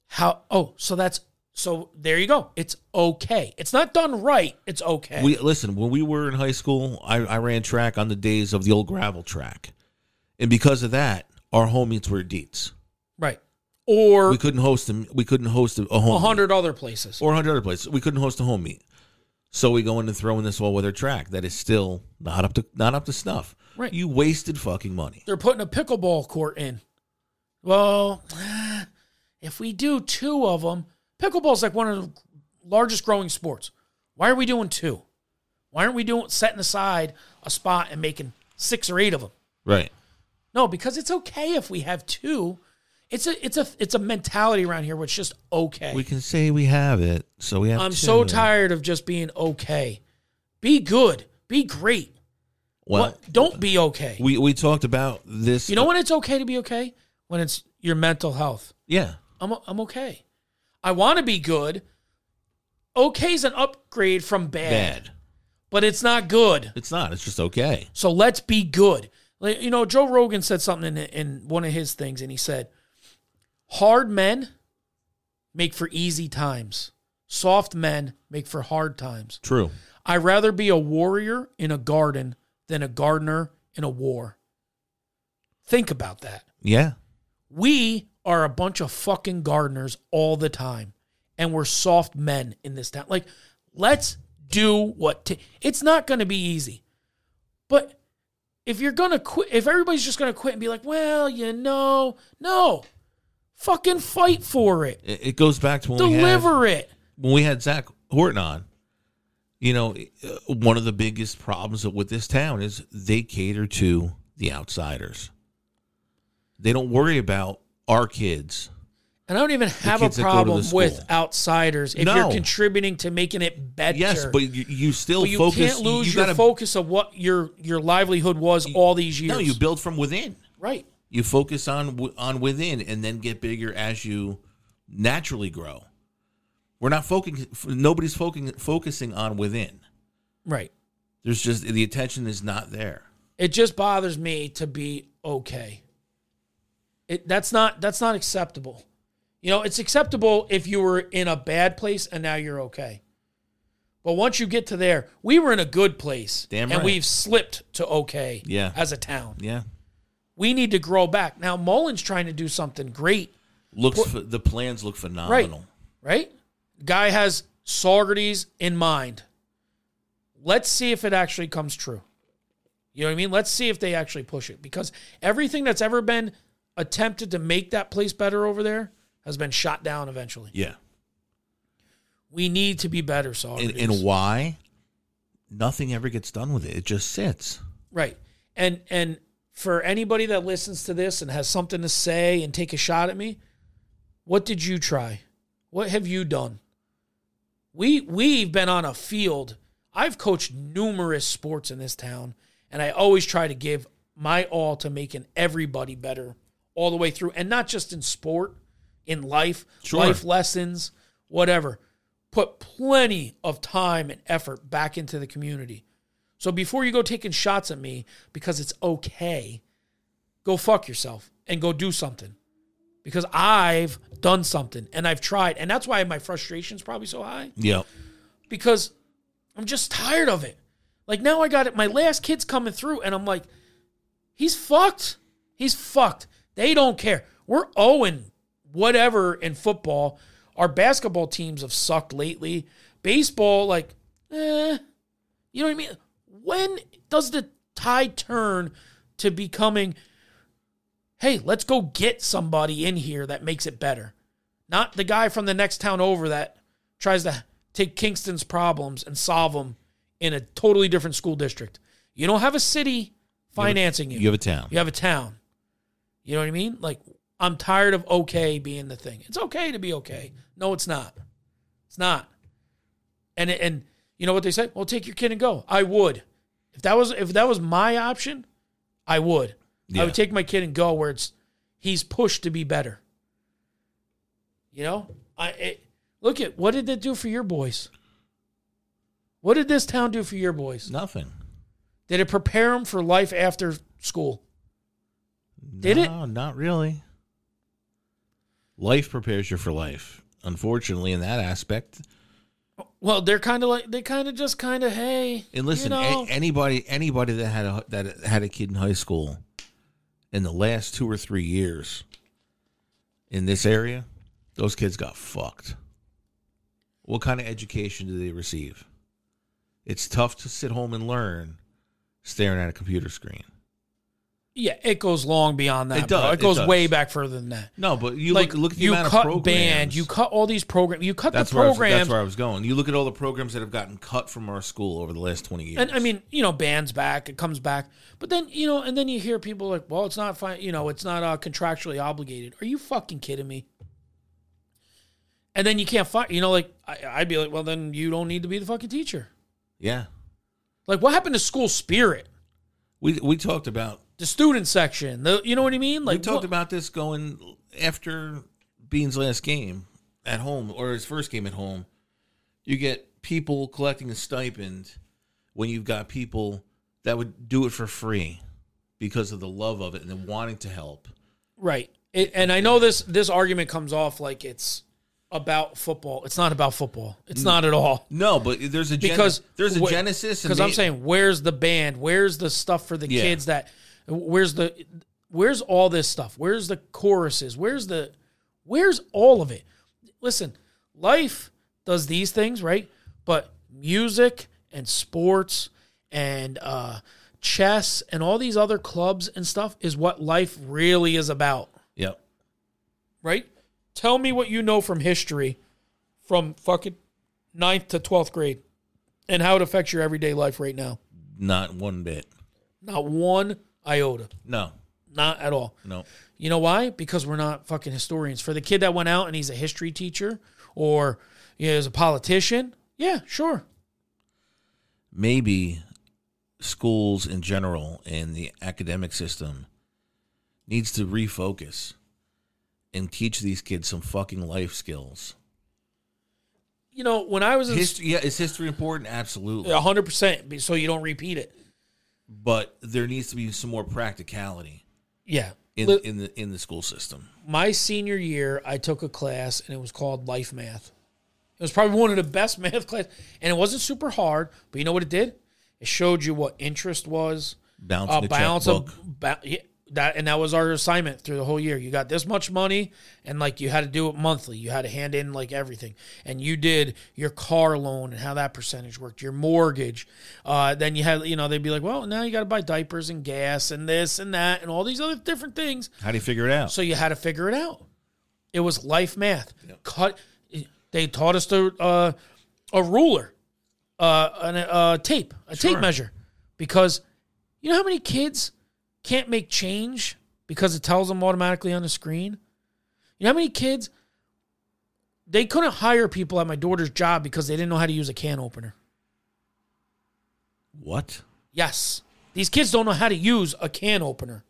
how oh, so that's so there you go. It's okay. It's not done right. It's okay.
We listen when we were in high school. I, I ran track on the days of the old gravel track, and because of that, our home meets were deets.
right. Or
We couldn't host them. We couldn't host a a home
a
meet.
hundred other places.
or 100 other places. We couldn't host a home meet. So we go in and throw in this all-weather track that is still not up to not up to snuff.
Right.
You wasted fucking money.
They're putting a pickleball court in. Well, if we do two of them, pickleball's like one of the largest growing sports. Why are we doing two? Why aren't we doing setting aside a spot and making six or eight of them?
Right.
No, because it's okay if we have two. It's a it's a it's a mentality around here where it's just okay.
We can say we have it. So we have
I'm
two.
so tired of just being okay. Be good. Be great.
Well,
but don't be okay.
we we talked about this
you know when it's okay to be okay? When it's your mental health.
Yeah.
I'm I'm okay. I want to be good. Okay's an upgrade from bad,
Bad.
but it's not good.
It's not. It's just okay.
So let's be good. Like, you know, Joe Rogan said something in, in one of his things, and he said, "Hard men make for easy times. Soft men make for hard times."
True.
I'd rather be a warrior in a garden than a gardener in a war. Think about that.
Yeah.
We are a bunch of fucking gardeners all the time, and we're soft men in this town. Like, let's do what t- it's not going to be easy, but if you're gonna quit, if everybody's just gonna quit and be like, well, you know, no, fucking fight for it,
It, it goes back to when we had
deliver it.
when we had Zach Horton on, you know, uh, one of the biggest problems with this town is they cater to the outsiders. They don't worry about our kids.
And I don't even have a
kids that go to the
problem with
school.
outsiders if
No.
you're contributing to making it better.
Yes, but you, you still
But you
focus.
can't lose your
gotta-
focus of what your your livelihood was all these years.
No, you build from within.
right.
You focus on w- on within, and then get bigger as you naturally grow. We're not focusing. Nobody's focusing focusing on within.
Right.
There's just the attention is not there.
It just bothers me to be okay. It that's not that's not acceptable. You know, it's acceptable if you were in a bad place and now you're okay. But once you get to there, we were in a good place
Damn
and
right.
we've slipped to okay
Yeah.
as a town.
Yeah,
We need to grow back. Now Mullen's trying to do something great.
looks ph- the plans look phenomenal.
right? Guy has Saugerties in mind. Let's see if it actually comes true. You know what I mean? Let's see if they actually push it because everything that's ever been attempted to make that place better over there has been shot down eventually.
Yeah.
We need to be better, Saugerties.
and, and why nothing ever gets done with it it just sits
Right. And and for anybody that listens to this and has something to say and take a shot at me, what did you try? What have you done? We we've been on a field. I've coached numerous sports in this town and I always try to give my all to making everybody better all the way through and not just in sport, in life,
Sure.
life lessons, whatever. Put plenty of time and effort back into the community. So before you go taking shots at me because it's okay, go fuck yourself and go do something. Because I've done something and I've tried. And that's why my frustration's probably so high
yeah
because I'm just tired of it. Like now I got it. My last kid's coming through and I'm like, he's fucked. He's fucked. They don't care. We're owing whatever in football. Our basketball teams have sucked lately. Baseball, like, eh. You know what I mean? When does the tide turn to becoming hey, let's go get somebody in here that makes it better. Not the guy from the next town over that tries to take Kingston's problems and solve them in a totally different school district. You don't have a city financing you.
You have a town.
You have a town. You know what I mean? Like I'm tired of okay being the thing. It's okay to be okay. No, it's not. It's not. And and you know what they said? Well, take your kid and go. I would. If that was if that was my option, I would. I
Yeah.
would take my kid and go where it's he's pushed to be better. You know? I it, look at what did that do for your boys? What did this town do for your boys?
Nothing.
Did it prepare them for life after school? Did it?
No, not really. Life prepares you for life. Unfortunately, in that aspect,
Well, they're kind of like they kind of just kind of hey.
and listen,
you
a-
know,
anybody anybody that had a that had a kid in high school in the last two or three years in this area, those kids got fucked. What kind of education do they receive? It's tough to sit home and learn staring at a computer screen.
yeah, it goes long beyond that.
It
It,
does,
It
it
goes
does.
way back further than that.
No, but you
like
look look at the
you
amount
cut
of programs.
band, you cut all these programs, you cut
That's
the
where, I was,
programs,
that's where I was going. You look at all the programs that have gotten cut from our school over the last 20 years.
and I mean, you know, band's back, it comes back, but then you know, and then you hear people like, well, it's not fine, you know, it's not uh, contractually obligated. Are you fucking kidding me? And then you can't find, you know, like I, I'd be like, well, then you don't need to be the fucking teacher.
yeah.
Like, what happened to school spirit?
We we talked about
The student section, the, you know what I mean? Like,
we talked
what-
about this going after Bean's last game at home or his first game at home. You get people collecting a stipend when you've got people that would do it for free because of the love of it and the wanting to help.
Right. It, and I know this this argument comes off like it's about football. It's not about football. It's not at all.
No, but there's a Mm. gen-
Because
there's a
wh-
genesis and
Because I'm
they-
saying, where's the band? Where's the stuff for the
Yeah.
kids? That where's the where's all this stuff? Where's the choruses? Where's the where's all of it? Listen, life does these things right, but music and sports and uh, chess and all these other clubs and stuff is what life really is about
yep.
right? Tell me what you know from history from fucking ninth to 12th grade and how it affects your everyday life right now.
Not one bit.
Not one iota.
No.
Not at all.
No.
You know why? Because we're not fucking historians. For the kid that went out and he's a history teacher or you know, is a politician, yeah, sure.
maybe schools in general and the academic system needs to refocus and teach these kids some fucking life skills.
You know, when I was in
History, yeah, is history important? Absolutely,
100%, so you don't repeat it.
but there needs to be some more practicality
Yeah.
in
Li-
in the in the school system.
my senior year, I took a class and it was called Life Math. It was probably one of the best math class, and it wasn't super hard. But you know what it did? It showed you what interest was,
Bounce
a
the
balance
checkbook.
of ba- yeah, that, and that was our assignment through the whole year. You got this much money, and like you had to do it monthly. You had to hand in like everything, and you did your car loan and how that percentage worked, your mortgage. Uh, then you had, you know, they'd be like, well, now you got to buy diapers and gas and this and that and all these other different things.
How do you figure it out?
So you had to figure it out. It was life math. Cut. They taught us to uh, a ruler, uh, an, a tape, a tape
Sure.
measure, because you know how many kids can't make change because it tells them automatically on the screen. You know how many kids they couldn't hire people at my daughter's job because they didn't know how to use a can opener.
what?
Yes, these kids don't know how to use a can opener,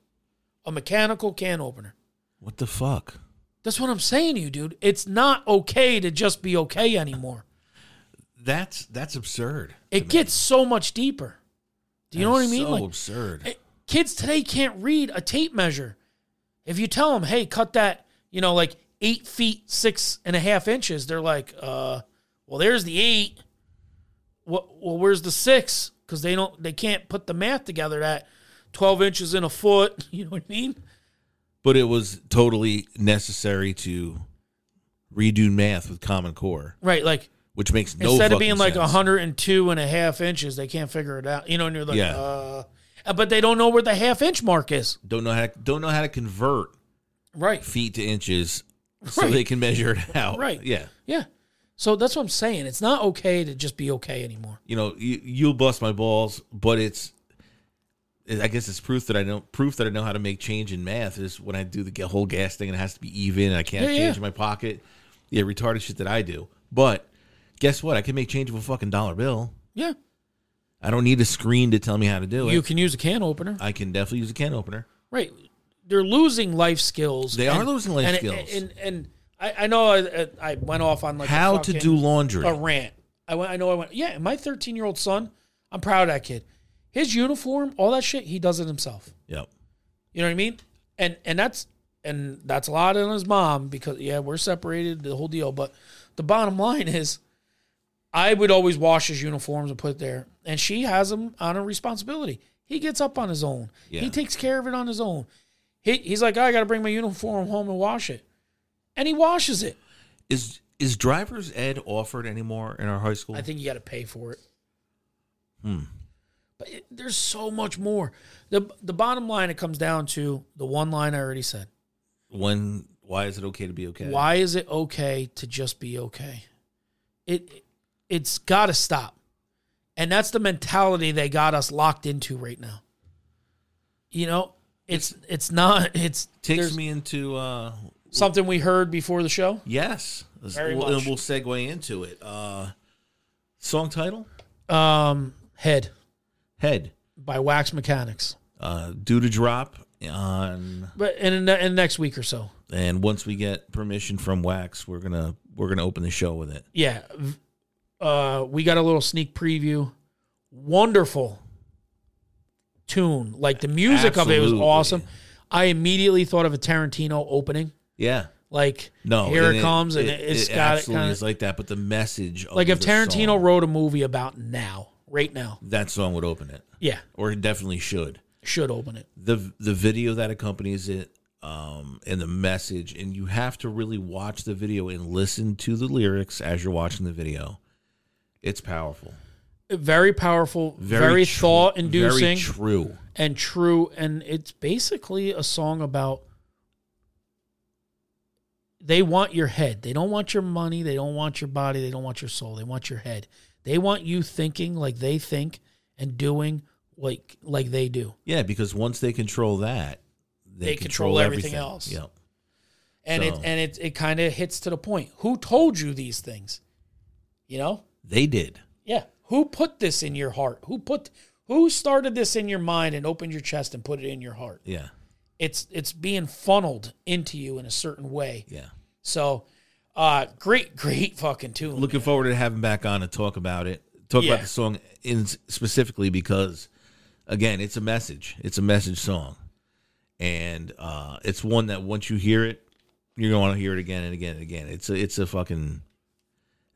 a mechanical can opener.
What the fuck?
That's what I'm saying to you, dude. It's not okay to just be okay anymore.
That's that's absurd.
It gets so much deeper. Do you know what I mean?
So
Like
absurd.
eh, kids today can't read a tape measure. If you tell them, hey, cut that, you know, like eight feet six and a half inches, they're like, uh, well, there's the eight. What? Well, where's the six? Because they don't, they can't put the math together. That twelve inches in a foot. You know what I mean?
but it was totally necessary to redo math with Common Core,
Right? Like
which makes no
instead of
fucking
being like
sense.
102 and a half inches they can't figure it out you know and you're like
Yeah.
uh Uh, But they don't know where the half inch mark is.
Don't know how to, don't know how to convert
Right.
feet to inches so
Right.
they can measure it out.
Right.
Yeah.
Yeah. So that's what I'm saying. It's not okay to just be okay anymore.
You know, you, you'll bust my balls, but it's I guess it's proof that I know proof that I know how to make change in math is when I do the ga- whole gas thing and it has to be even and I can't
Yeah,
have
yeah.
change in my pocket. Yeah, retarded shit that I do. But guess what? I can make change with a fucking dollar bill.
Yeah.
I don't need a screen to tell me how to do it.
You can use a can opener.
I can definitely use a can opener.
Right. They're losing life skills.
They are losing life
and,
skills.
And, and, and I, I know I, I went off on like a
How to
fucking-
do laundry.
a rant. I went, I know I went, yeah, my 13 year old son, I'm proud of that kid. His uniform, all that shit, he does it himself.
Yep.
You know what I mean? And and that's and that's a lot on his mom because yeah, we're separated, the whole deal. But the bottom line is I would always wash his uniforms and put it there. And she has him on a responsibility. He gets up on his own.
Yeah.
He takes care of it on his own. He, he's like, I gotta bring my uniform home and wash it. And he washes it.
Is is driver's ed offered anymore in our high school?
I think you got to pay for it. Hmm. But it, there's so much more. the The bottom line it comes down to the one line I already said.
when why is it okay to be okay?
Why is it okay to just be okay? It it's got to stop, and that's the mentality they got us locked into right now. You know, it's it's not it's
takes
there's
me into uh
something we heard before the show.
yes,
Very
we'll,
much.
and we'll segue into it. Uh song title
Um, Head
Head
by Wax Mechanics,
uh due to drop on
but in in the next week or so.
and once we get permission from Wax, we're going to we're going to open the show with it.
yeah, v- uh, we got a little sneak preview. Wonderful tune. Like the music of it was
Absolutely.
awesome. I immediately thought of a Tarantino opening.
Yeah.
Like
No.
here
and
it, comes, and it, has got it
absolutely
kind
is
of
like that, but the message of
like if
the
Tarantino
song,
wrote a movie about now, right now,
that song would open it
yeah,
or it definitely should.
should open it.
the the video that accompanies it um and the message and you have to really watch the video and listen to the lyrics as you're watching the video it's powerful
Very powerful, very,
tr-
thought inducing,
very true
and true and it's basically a song about they want your head they don't want your money they don't want your body they don't want your soul they want your head they want you thinking like they think and doing like like they do
yeah because once they control that they,
They control everything else.
yep
and it
So-
and it, it kind of hits to the point who told you these things you know
they did
yeah who put this in your heart who put who started this in your mind and opened your chest and put it in your heart
yeah
it's it's being funneled into you in a certain way
yeah
So, uh, great, great fucking tune.
looking forward to having back on and talk about it talk
Yeah.
about the song in specifically because again it's a message it's a message song and uh it's one that once you hear it you're gonna want to hear it again and again and again it's a it's a fucking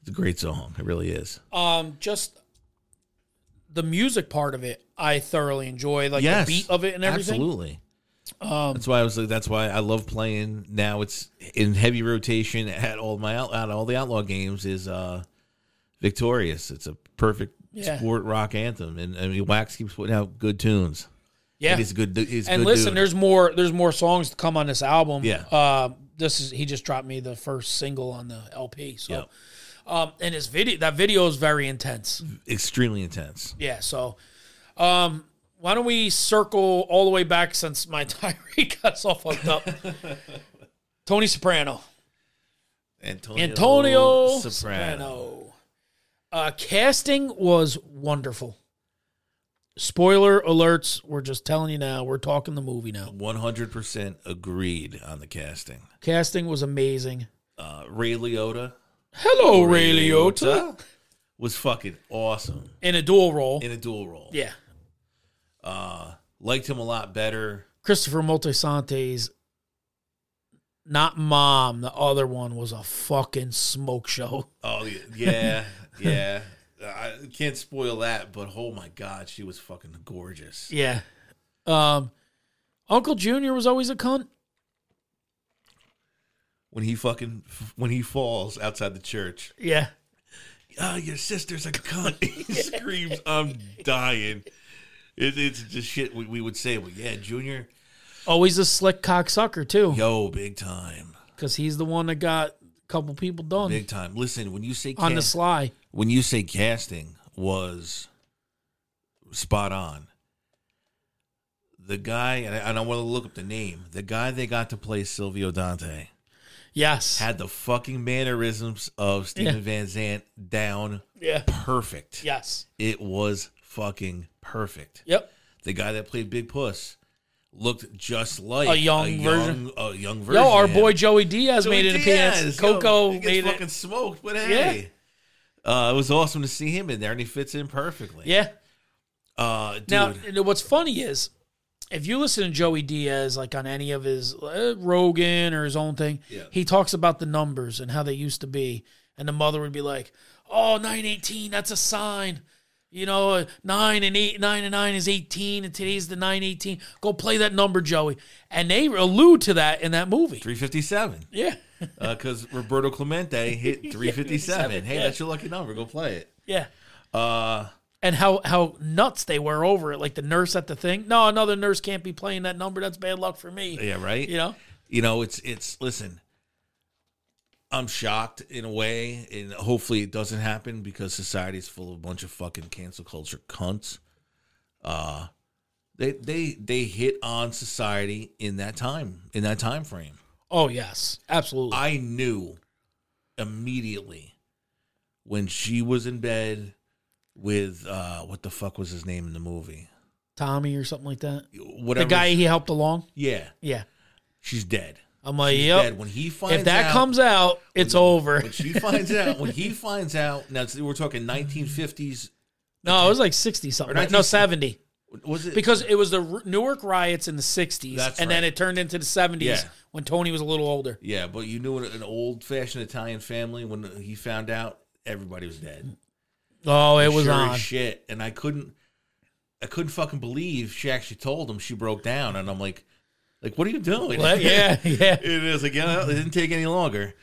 it's a great song it really is
um, just the music part of it, I thoroughly enjoy, like
yes
the beat of it and everything. Um,
absolutely that's why I was like. That's why I love playing. Now it's in heavy rotation at all my out at all the outlaw games. Is uh, victorious. It's a perfect
Yeah.
sport rock anthem, and I mean Wax keeps putting out good tunes.
Yeah,
And he's a good. du- He's a
and
good
listen,
dude.
there's more. There's more songs to come on this album.
Yeah.
Uh, this is he just dropped me the first single on the LP. So,
Yep.
um, and his video that video is very intense.
Mm-hmm. extremely intense.
Yeah. So, um, why don't we circle all the way back since my tirade got us all fucked up? Tony Soprano.
Antonio,
Antonio
Soprano.
Soprano. Uh, casting was wonderful. Spoiler alerts. We're just telling you now. We're talking the movie now.
One hundred percent agreed on the casting.
Casting was amazing.
Uh, Ray Liotta
Hello, Ray Liotta.
was fucking awesome
In a dual role.
in a dual role.
yeah.
Liked him a lot better.
Christopher Moltisante's not mom. The other one was a fucking smoke show.
Oh y- yeah, yeah. I can't spoil that, but oh my god, she was fucking gorgeous.
Yeah. Um, Uncle Junior was always a cunt.
When he fucking when he falls outside the church, "Ah,
Yeah.
oh, your sister's a cunt. He screams, "I'm dying." It, it's just shit we, we would say. Well, yeah, Junior,
Always a slick cocksucker too,
yo, big time,
because he's the one that got a couple people done
big time. Listen, when you say
on the
cast-
sly.
when you say casting was spot on, the guy and I, and I want to look up the name. The guy they got to play Silvio Dante
Yes.
had the fucking mannerisms of Stephen Van Zandt down
Yeah.
perfect.
Yes.
It was fucking perfect.
Yep.
The guy that played Big Puss looked just like
A young version.
young, a young version.
Yo, our
of him.
boy Joey Diaz
Joey
made it
Diaz,
appearance.
yo,
Coco
he gets
made
fucking
it.
smoked, but hey, uh, it was awesome to see him in there, and he fits in perfectly.
Yeah.
uh, dude,
Now, you know, what's funny is if you listen to Joey Diaz, like on any of his uh, Rogan or his own thing,
Yeah.
he talks about the numbers and how they used to be. And the mother would be like, oh, 918, that's a sign. You know, uh, 9 and 8, 9 and 9 is 18, and today's the 918. Go play that number, Joey. And they allude to that in that movie.
three fifty seven.
Yeah.
Because Roberto Clemente hit three fifty seven. Hey, that's your lucky number. Go play it.
yeah.
Uh,
and how how nuts they were over it. Like the nurse at the thing. No, another nurse can't be playing that number. That's bad luck for me.
yeah, right.
You know.
you know, it's it's listen. I'm shocked in a way, and hopefully it doesn't happen because society's full of a bunch of fucking cancel culture cunts. Uh they they they hit on society in that time in that time frame.
Oh yes, absolutely.
I knew immediately when she was in bed with uh what the fuck was his name in the movie?
Tommy or something like that.
Whatever.
The guy he helped along.
yeah,
Yeah,
she's dead.
I'm like,
She's
yep.
dead. When he finds
If that
out,
comes out, it's over.
when she finds out when he finds out now it's- we're talking 1950s
no, it was like sixty something.
Or 19-
no, seventy.
was it
Because it was the R- Newark riots in the '60s,
That's
and then
right.
it turned into the '70s
Yeah.
when Tony was a little older.
yeah but you knew an old-fashioned italian family when he found out everybody was dead
Oh, it was
Sure as
on.
shit and i couldn't i couldn't fucking believe she actually told him she broke down and i'm like like what are you doing
Well, yeah, yeah.
it is like yeah, it didn't take any longer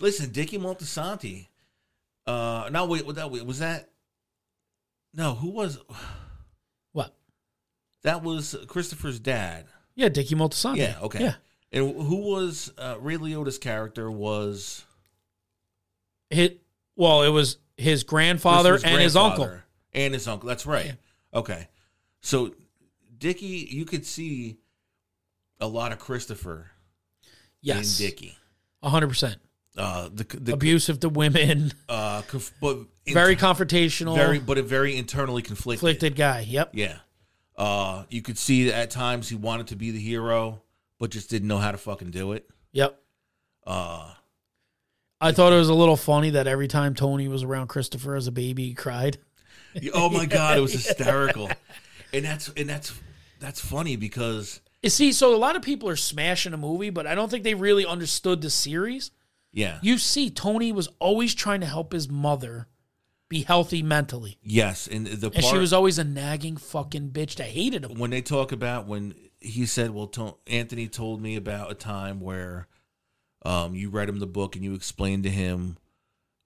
listen dickie Moltisanti. uh no wait what that wait, was that no who was
What?
that was christopher's dad
Yeah, Dickie Moltisanti.
Yeah. Okay.
Yeah.
And who was uh, Ray Liotta's character? Was
Hit. Well, it was his grandfather
this was
and his uncle.
grandfather and his uncle. That's right. Okay. So Dickie, you could see a lot of Christopher
Yes,
in Dickie.
hundred percent.
Uh, the the
Abusive to women,
uh, conf- but in-
very confrontational, very
very but a very internally conflicted.
afflicted guy. Yep.
Yeah. Uh, you could see that at times he wanted to be the hero, but just didn't know how to fucking do it.
Yep.
Uh,
I thought it was a little funny that every time Tony was around Christopher as a baby, he cried.
Yeah, Oh my god, it was hysterical. And that's and that's that's funny because
You see, so a lot of people are smashing the movie, but I don't think they really understood the series.
yeah.
You see, Tony was always trying to help his mother be healthy mentally.
yes, and the part
And she was always a nagging fucking bitch that hated him.
when they talk about when he said, "Well, to- Anthony told me about a time where um you read him the book and you explained to him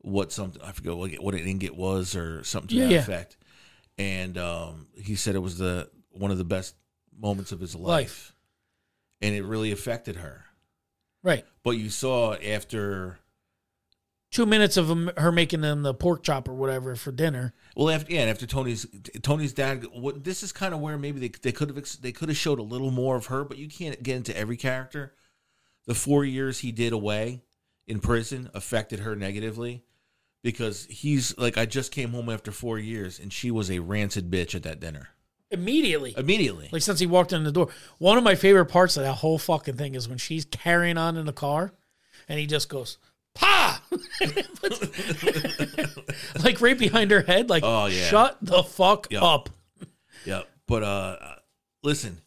what something I forget what, what an ingot was or something to
Yeah,
that
yeah.
effect." And um he said it was the one of the best moments of his life.
Life.
And it really affected her.
Right.
But you saw after
Two minutes of him, her making them the pork chop or whatever for dinner.
Well, after yeah, and after Tony's Tony's dad, what this is kind of where maybe they they could have ex- they could have showed a little more of her, but you can't get into every character. The four years he did away in prison affected her negatively because he's like, I just came home after four years, and she was a rancid bitch at that dinner
Immediately.
immediately.
Like since he walked in the door. One of my favorite parts of that whole fucking thing is when she's carrying on in the car and he just goes, Pa Like right behind her head, like
Oh, yeah.
shut the fuck
Yeah.
up.
yeah, but uh, listen,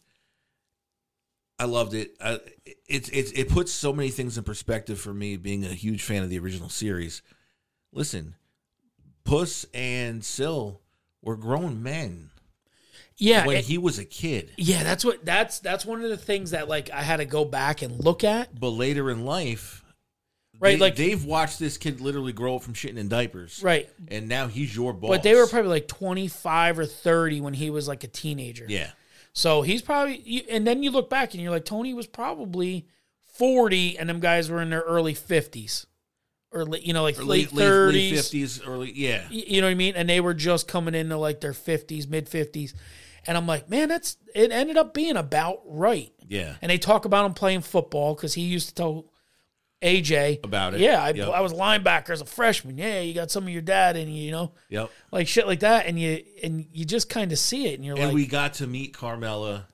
I loved it. I, it's it's it puts so many things in perspective for me, being a huge fan of the original series. Listen, Puss and Syl were grown men
Yeah.
when
it-
he was a kid,
yeah, that's what that's that's one of the things that like I had to go back and look at.
but later in life,
Right,
They-
like-
they've watched this kid literally grow up from shitting in diapers,
Right.
And now he's your boss.
But they were probably like 25 or 30 when he was like a teenager.
yeah,
So he's probably, you, and then you look back and you're like, Tony was probably 40, and them guys were in their early 50s or, li- you know, like
Or
late,
late late
30s.
fifties, early yeah.
Y- You know what I mean? And they were just coming into like their 50s, mid 50s. And I'm like, man, that's, it ended up being about right.
Yeah.
And they talk about him playing football because he used to tell AJ
About it.
Yeah, I,
Yep.
I was a linebacker as a freshman. Yeah, you got some of your dad in you, you know,
Yep.
like shit like that. And you and you just kind of see it, and you're
And
like,
we got to meet Carmela,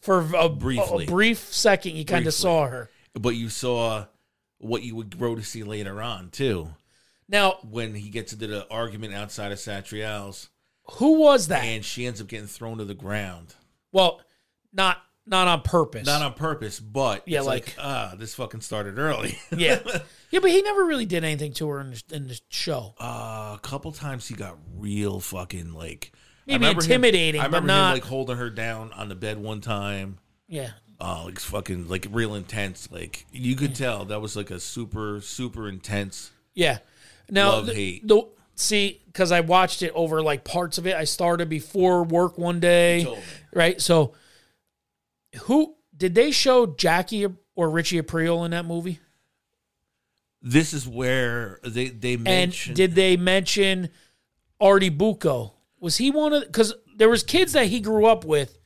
for a,
Briefly.
a brief second, you kind
Briefly.
of saw her.
but you saw what you would grow to see later on too.
Now,
When he gets into the argument outside of Satrial's,
who was that?
and she ends up getting thrown to the ground,
well, not not on purpose.
not on purpose, but
Yeah,
it's
like-
ah, this fucking started early.
yeah, yeah, but he never really did anything to her in the, in the show.
Uh, a couple times he got real fucking like I
Maybe
remember him-
intimidating,
I
but
remember
not-
him like holding her down on the bed one time.
Yeah,
Oh, like fucking like real intense. Like you could tell that was like a super super intense.
Yeah. Now,
Love,
the,
hate.
the- see, because I watched it over like parts of it. I started before work one day,
told me.
right? So, who did they show Jackie or Richie Aprile in that movie?
This is where they they
And
mentioned
did they mention Artie Bucco? Was he one of? Because there was kids that he grew up with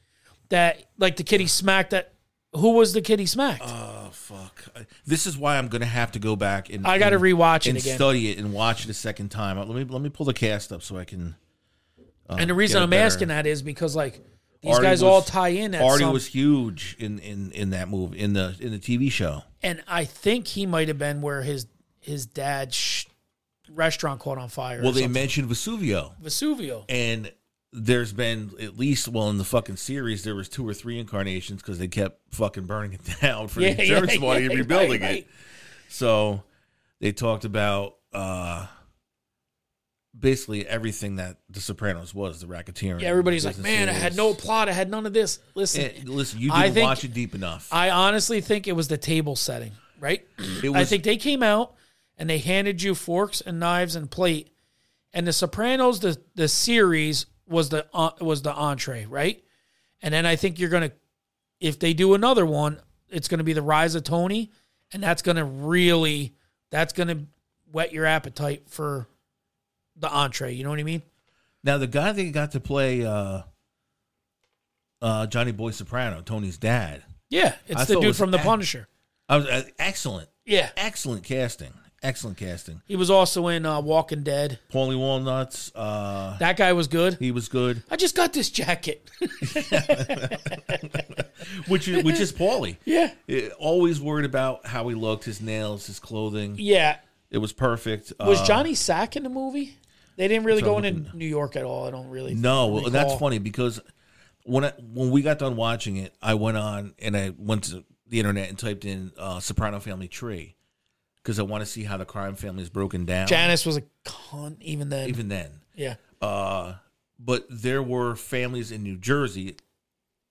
that, like the kid he smacked. That who was the kid he smacked?
oh fuck. I- This is why I'm gonna have to go back and
I got to
and-
rewatch it
and
again.
study it and watch it a second time. Uh, Let me let me pull the cast up so I can.
and the
get
reason
a
I'm
better-
asking that is because like these
Artie
guys
was-
all tie in. At
Artie
some-
was huge in in in that movie in the in the TV show.
and I think he might have been where his his dad's sh- restaurant caught on fire.
Well,
or
they
something.
mentioned Vesuvio.
Vesuvio.
and there's been at least well in the fucking series there was two or three incarnations because they kept fucking burning it down for the insurance money and
yeah,
rebuilding
right,
it.
right.
So they talked about uh basically everything that The Sopranos was the racketeering.
Yeah, everybody's like,
business
man, I
was-
had no plot. I had none of this. Listen,
And listen, you
I
didn't
think-
watch it deep enough.
I honestly think it was the table setting, right?
it was
I think they came out and they handed you forks and knives and plate. And The Sopranos, the the series was the uh, was the entree, right? And then I think you're gonna, if they do another one, it's gonna be the Rise of Tony, and that's gonna really that's gonna whet your appetite for the entree. You know what I mean?
now the guy that got to play uh uh Johnny Boy Soprano, Tony's dad.
Yeah, it's
I
the
thought it
dude
was
from The
ac-
Punisher.
I was uh, excellent.
Yeah,
Excellent casting. Excellent casting.
he was also in uh, Walking Dead.
Paulie Walnuts. Uh,
That guy was good.
he was good,
I just got this jacket.
which is, which is Paulie.
yeah,
Eh, Always worried about how he looked, his nails, his clothing.
yeah.
It was perfect.
Was
Uh,
Johnny Sack in the movie? They didn't really
so
go
I'm
into New York at all. I don't really.
No, well, that's
recall.
funny because when I, when we got done watching it, I went on and I went to the internet and typed in uh, "Soprano Family Tree" because I want to see how the crime family is broken down.
Janice was a cunt even then.
Even then,
yeah,
uh, but there were families in New Jersey.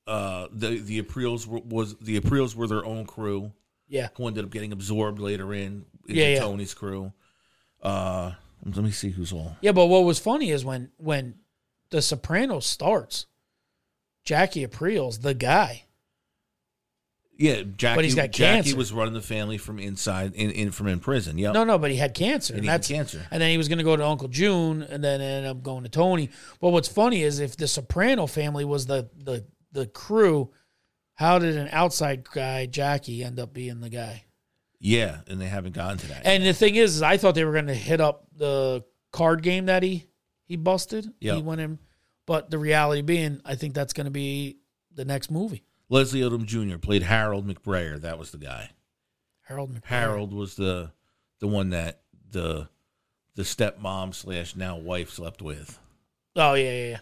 Uh, the the Apriles were, was the Apriles were their own crew.
yeah.
who ended up getting absorbed later in into
Yeah, yeah.
Tony's crew. Uh, let me see who's all.
Yeah, but what was funny is when when the Sopranos starts, Jackie April's the guy.
Yeah, Jackie.
he's got
Jackie
cancer.
was running the family from inside in, in from in prison. Yep.
No, no, but he had cancer.
and
And
he had
that's
cancer.
and then he was going to go to Uncle June, and then ended up going to Tony. But what's funny is if the Soprano family was the the the crew, how did an outside guy Jackie end up being the guy?
Yeah, and they haven't gotten to that.
And the thing is, is I thought they were going to hit up the card game that he he busted.
Yeah.
He went in, but the reality being, I think that's going to be the next movie.
Leslie Odom Jr. played Harold McBrayer. That was the guy.
Harold McBrayer.
Harold was the the one that the the stepmom slash now wife slept with.
Oh yeah, yeah, yeah.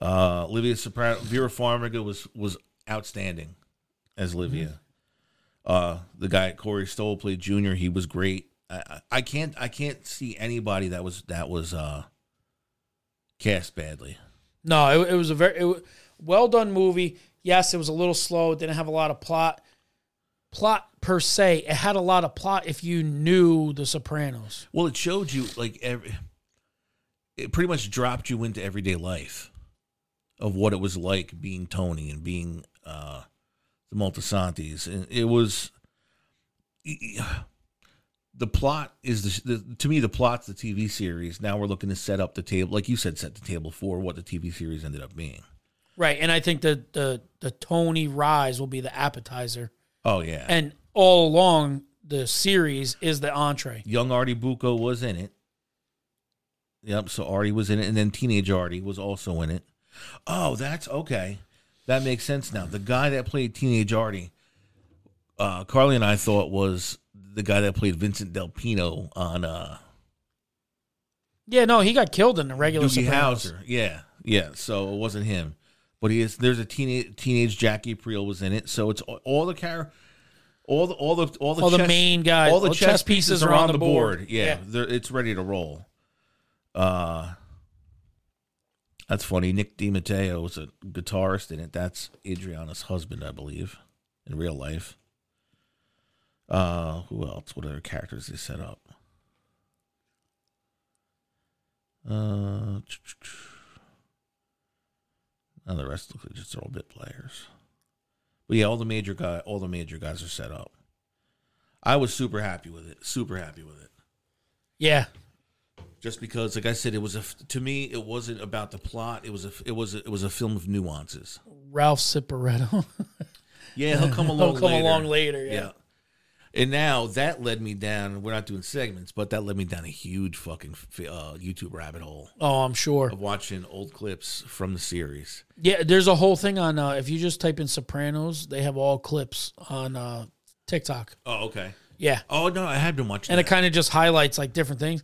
Uh, Olivia Soprano, Vera Farmiga was was outstanding as Olivia. Uh, the guy Corey Stoll played Junior. He was great. I, I, I can't I can't see anybody that was that was uh, cast badly.
No, it, it was a very it, well done movie. Yes, it was a little slow. It didn't have a lot of plot. plot per se. It had a lot of plot if you knew The Sopranos.
Well, it showed you like every. It pretty much dropped you into everyday life, of what it was like being Tony and being uh, the Multisantes, and it was. The plot is the, the to me the plot's the TV series. Now we're looking to set up the table, like you said, set the table for what the TV series ended up being.
Right. And I think the the the Tony rise will be the appetizer.
Oh yeah,
And all along the series is the entree.
young Artie Bucco was in it. Yep, so Artie was in it, and then teenage Artie was also in it. Oh, that's okay. That makes sense now. The guy that played teenage Artie, uh, Carly and I thought was the guy that played Vincent Del Pino on uh,
Yeah, no, he got killed in the regular
Doogie
Sopranos.
Howser. Yeah, yeah. So it wasn't him, but he is. There's a teenage teenage Jackie Priel was in it. So it's all, all the car, all the all the all the
All the
chess-
main guys-
All the
all
chess, pieces, are on the board. Yeah,
Yeah.
they're- it's ready to roll. Uh, that's funny. Nick DiMatteo was a guitarist in it. That's Adriana's husband, I believe, in real life. Uh, who else? What other characters they set up? Uh, now the rest looks like just all bit players. But yeah, all the major guy, all the major guys are set up. I was super happy with it. Super happy with it.
Yeah.
Just because, like I said, it was a f- to me, it wasn't about the plot. It was a f- it was a, it was a film of nuances.
Ralph Ciparetto.
Yeah, he'll come along.
He'll come
later.
along later. Yeah.
Yeah. And now that led me down. We're not doing segments, but that led me down a huge fucking f- uh, YouTube rabbit hole
Oh, I'm sure.
of watching old clips from the series.
Yeah, there's a whole thing on uh, if you just type in Sopranos, they have all clips on uh, TikTok.
Oh, okay.
Yeah.
Oh no, I had been watching.
And
that.
it kind of just highlights like different things.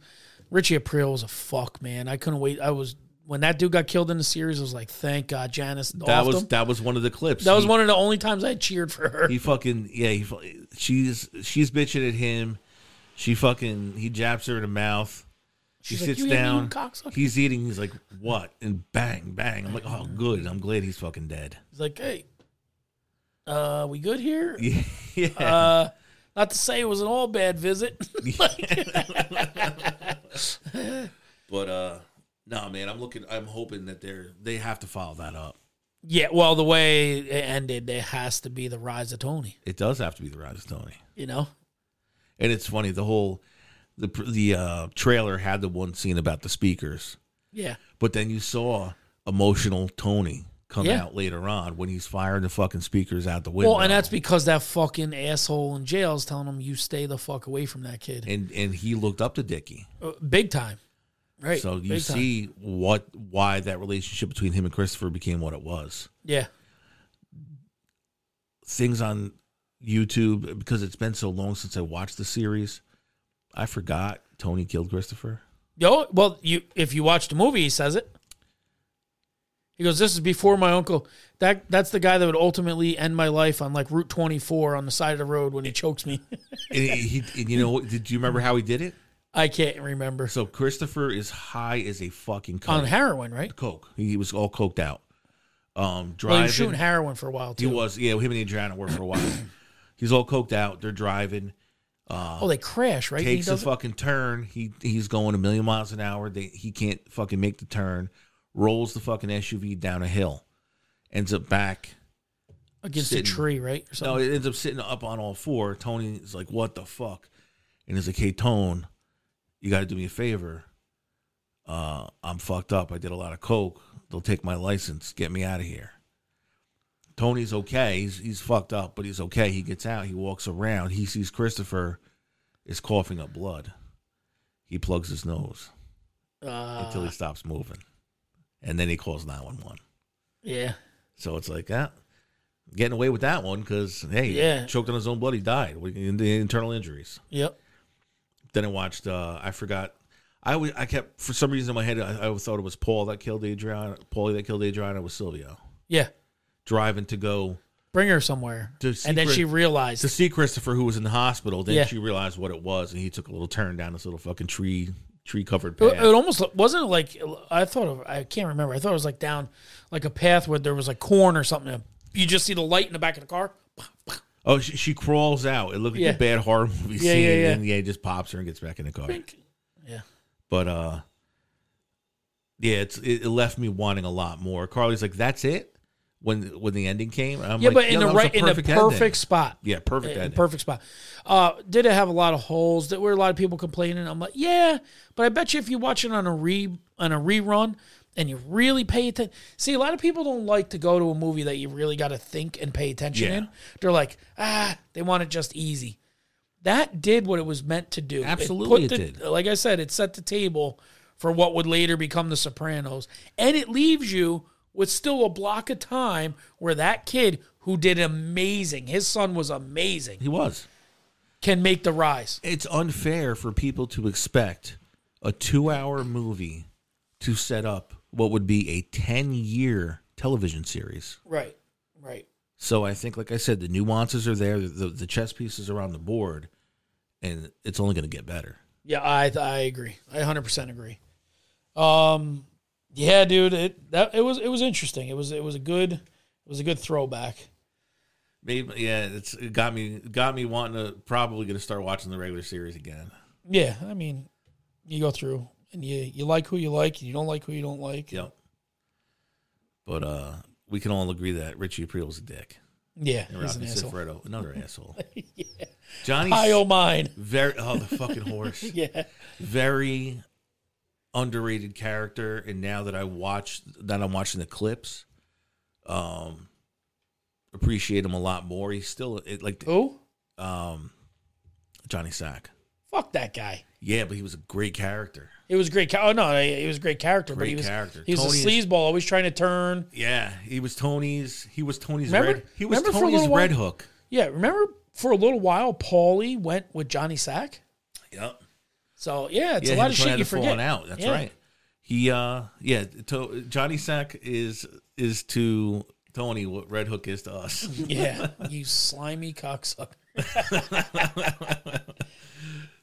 Richie April was a fuck, man. I couldn't wait. I was when that dude got killed in the series, I was like, thank God Janice
that
that
was
him.
that was one of the clips.
That was
He-
one of the only times I cheered for her.
He fucking yeah. He fu- she's she's bitching at him. She fucking he jabs her in the mouth. She
She's like,
sits
"You hit me, you
down.
cocksucker."
He's eating. He's like what? And bang bang. I'm like oh good. I'm glad he's fucking dead.
He's like, hey, uh, we good here?
Yeah.
Uh, not to say it was an all bad visit.
but uh, no man. I'm looking. I'm hoping that they're they have to follow that up.
yeah, well, the way it ended, there has to be the rise of Tony.
It does have to be the Rise of Tony.
You know,
And it's funny the whole the pr- the uh, trailer had the one scene about the speakers.
yeah,
But then you saw emotional Tony come
Yeah.
out later on when he's firing the fucking speakers out the window.
Well, and that's because that fucking asshole in jail is telling him you stay the fuck away from that kid,
and and he looked up to Dickie.
Uh, big time. Right.
So you
big time.
see what why that relationship between him and Christopher became what it was.
yeah,
Things on YouTube because it's been so long since I watched the series. I forgot Tony killed Christopher.
yo, well, you if you watch the movie, he says it. He goes, "This is before my uncle. That that's the guy that would ultimately end my life on like Route 24 on the side of the road when he chokes me.
And he, he- and you know, what- did you remember how he did it?
I can't remember
So Christopher is high as a fucking cunt.
on heroin, right?
coke. He was all coked out. Um,
Well, he
driving.
was shooting heroin for a while
He
too.
was, yeah, him and Adriana were for a while. he's all coked out. They're driving.
oh, they crash, right? He
Takes a
does it?
fucking turn. He he's going a million miles an hour. They, he can't fucking make the turn. Rolls the fucking SUV down a hill. Ends up back.
against a
sitting.
tree, right? Or
No,
something.
it ends up sitting up on all four. Tony's like, "What the fuck?" And he's like, "Hey, Tone, you got to do me a favor. Uh, I'm fucked up. I did a lot of coke. They'll take my license. Get me out of here." Tony's okay. He's he's fucked up, but he's okay. He gets out. He walks around. He sees Christopher is coughing up blood. He plugs his nose
uh,
until he stops moving, and then he calls nine one one.
yeah,
So it's like that. Getting away with that one because hey,
Yeah.
choked on his own blood, he died. with in- the internal injuries.
yep.
Then I watched. Uh, I forgot. I always- I kept for some reason in my head. I, I thought it was Paul that killed Adriana. Paulie that killed Adriana was Silvio
Yeah,
driving to go
bring her somewhere,
To
and then
secret-
she realized
to see Christopher, who was in the hospital. Then
Yeah.
she realized what it was, and he took a little turn down this little fucking tree tree covered
It,
path.
it almost lo- wasn't it like I thought of. I can't remember. I thought it was like down like a path where there was like corn or something. You just see the light in the back of the car.
Oh, she, she crawls out. It looked like
Yeah.
a bad horror movie
Yeah,
scene.
yeah, yeah.
And then, yeah, he just pops her and gets back in the car.
Yeah.
But uh, yeah, it's it, it left me wanting a lot more. Carly's like, "That's it." When when the ending came, I'm
yeah,
like,
but in
"Yo,
the
that was a
right in the
ending."
perfect spot.
yeah, perfect
in
ending.
perfect spot. Uh, did it have a lot of holes? There were a lot of people complaining. I'm like, yeah, but I bet you if you watch it on a re on a rerun and you really pay attention, see, a lot of people don't like to go to a movie that you really got to think and pay attention
Yeah.
in. They're like, ah, they want it just easy. That did what it was meant to do.
Absolutely
put
it
the-
did.
Like I said, it set the table for what would later become The Sopranos, and it leaves you with still a block of time where that kid who did amazing, his son was amazing
He was.
can make the rise.
It's unfair for people to expect a two-hour movie to set up what would be a ten-year television series.
Right. Right.
So I think, like I said, the nuances are there. The, the chess pieces are on the board, and it's only going to get better.
Yeah, I I agree. I 100% agree. Um yeah, dude, it that it was it was interesting. It was it was a good it was a good throwback.
Maybe yeah, it's it got me got me wanting to probably going to start watching the regular series again.
Yeah, I mean, you go through and you you like who you like, you don't like who you don't like.
Yep. But uh, we can all agree that Richie April's a dick.
Yeah,
And
he's
Rocky
an asshole.
Sifredo, another asshole. Johnny
I owe mine.
very oh the fucking horse.
Yeah.
Very underrated character. And now that I watch that I'm watching the clips, um appreciate him a lot more. He's still it, like
Who?
um Johnny Sack.
Fuck that guy.
Yeah, but he was a great character.
It was great. Ca- oh no, it was great character, but
Great
he was
character.
he was
Tony
a
is-
sleazeball, always trying to turn.
Yeah, he was Tony's. He was Tony's
Remember-
red. He was
remember for a
Tony's
little while-
red hook.
Yeah, remember for a little while, Paulie went with Johnny Sack.
Yep.
So yeah, it's
yeah,
a lot
him
of
trying
shit you
to fall
forget.
Out. That's
Yeah.
right. He uh yeah. To, Johnny Sack is is to Tony what Red Hook is to us.
Yeah, you slimy cocksucker.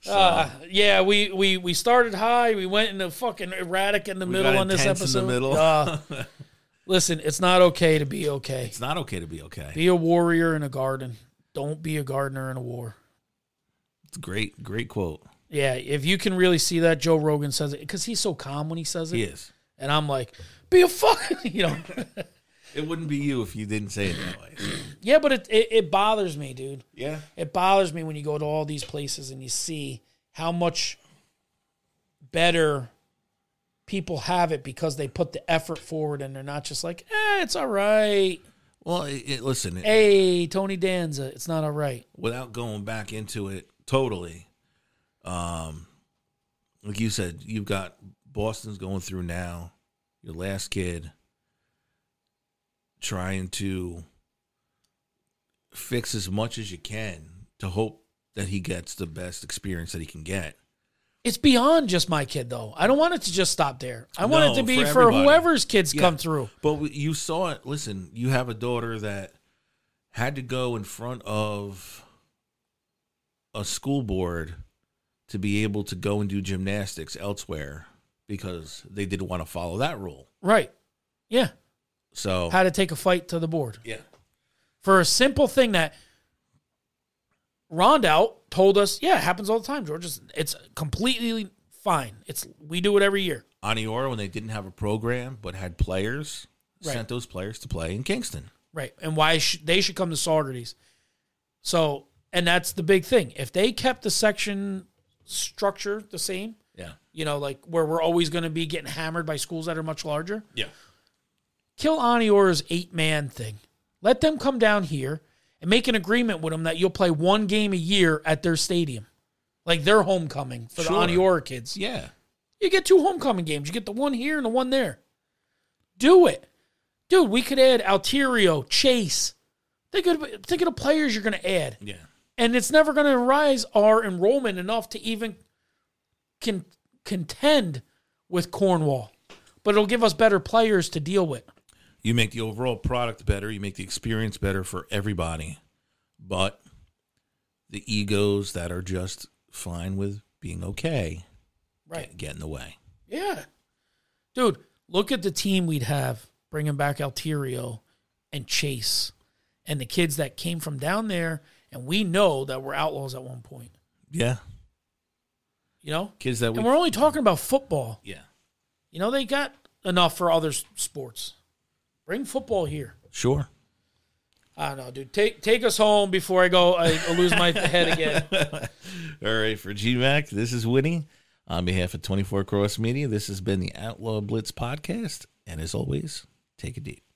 Uh, yeah, we, we we started high. We went into fucking erratic in the middle
got
on this
intense in
episode.
the middle.
Uh, listen, it's not okay to be okay.
it's not okay to be okay.
Be a warrior in a garden. Don't be a gardener in a war.
It's a great great quote.
Yeah, if you can really see that, Joe Rogan says it because he's so calm when he says it,
He is.
and I'm like, be a fuck, you know.
It wouldn't be you if you didn't say it that way.
yeah, but it, it it bothers me, dude.
Yeah.
it bothers me when you go to all these places and you see how much better people have it because they put the effort forward and they're not just like, eh, it's all right.
Well, it, it, listen. It,
Hey, Tony Danza, it's not all right.
without going back into it totally, um, like you said, you've got Boston's going through now, your last kid trying to fix as much as you can to hope that he gets the best experience that he can get.
It's beyond just my kid, though. I don't want it to just stop there. I want
No,
it to be
for
for,
everybody.
whoever's kids
Yeah.
come through.
But w- you saw it. Listen, you have a daughter that had to go in front of a school board to be able to go and do gymnastics elsewhere because they didn't want to follow that rule.
Right. Yeah.
So,
How to take a fight to the board.
yeah,
for a simple thing that Rondout told us, yeah, it happens all the time, George. It's, it's completely fine. It's we do it every year.
Aniora, when they didn't have a program but had players,
Right.
sent those players to play in Kingston.
Right. And why sh- they should come to Saugerties. So, and that's the big thing. If they kept the section structure the same,
Yeah.
you know, like where we're always going to be getting hammered by schools that are much larger,
Yeah.
kill Aniora's eight man thing. Let them come down here and make an agreement with them that you'll play one game a year at their stadium, like their homecoming for
Sure.
the Aniora kids.
Yeah.
You get two homecoming games. You get the one here and the one there. Do it. Dude, we could add Alterio, Chase. Think of, think of the players you're going to add.
Yeah.
And it's never going to rise our enrollment enough to even con- contend with Cornwall. But it'll give us better players to deal with.
you make the overall product better, you make the experience better for everybody. But the egos that are just fine with being okay
Right.
get in the way.
Yeah. Dude, look at the team we'd have bringing back Alterio and Chase and the kids that came from down there and we know that we're outlaws at one point.
Yeah.
You know,
Kids that we.
and we're only talking about football.
yeah.
You know, they got enough for other s- sports. Bring football here.
Sure.
I don't know, dude. Take take us home before I go. I I lose my head again.
All right, for GMAC, this is Winnie. On behalf of 24 Cross Media, this has been the Outlaw Blitz podcast. And as always, take a deep.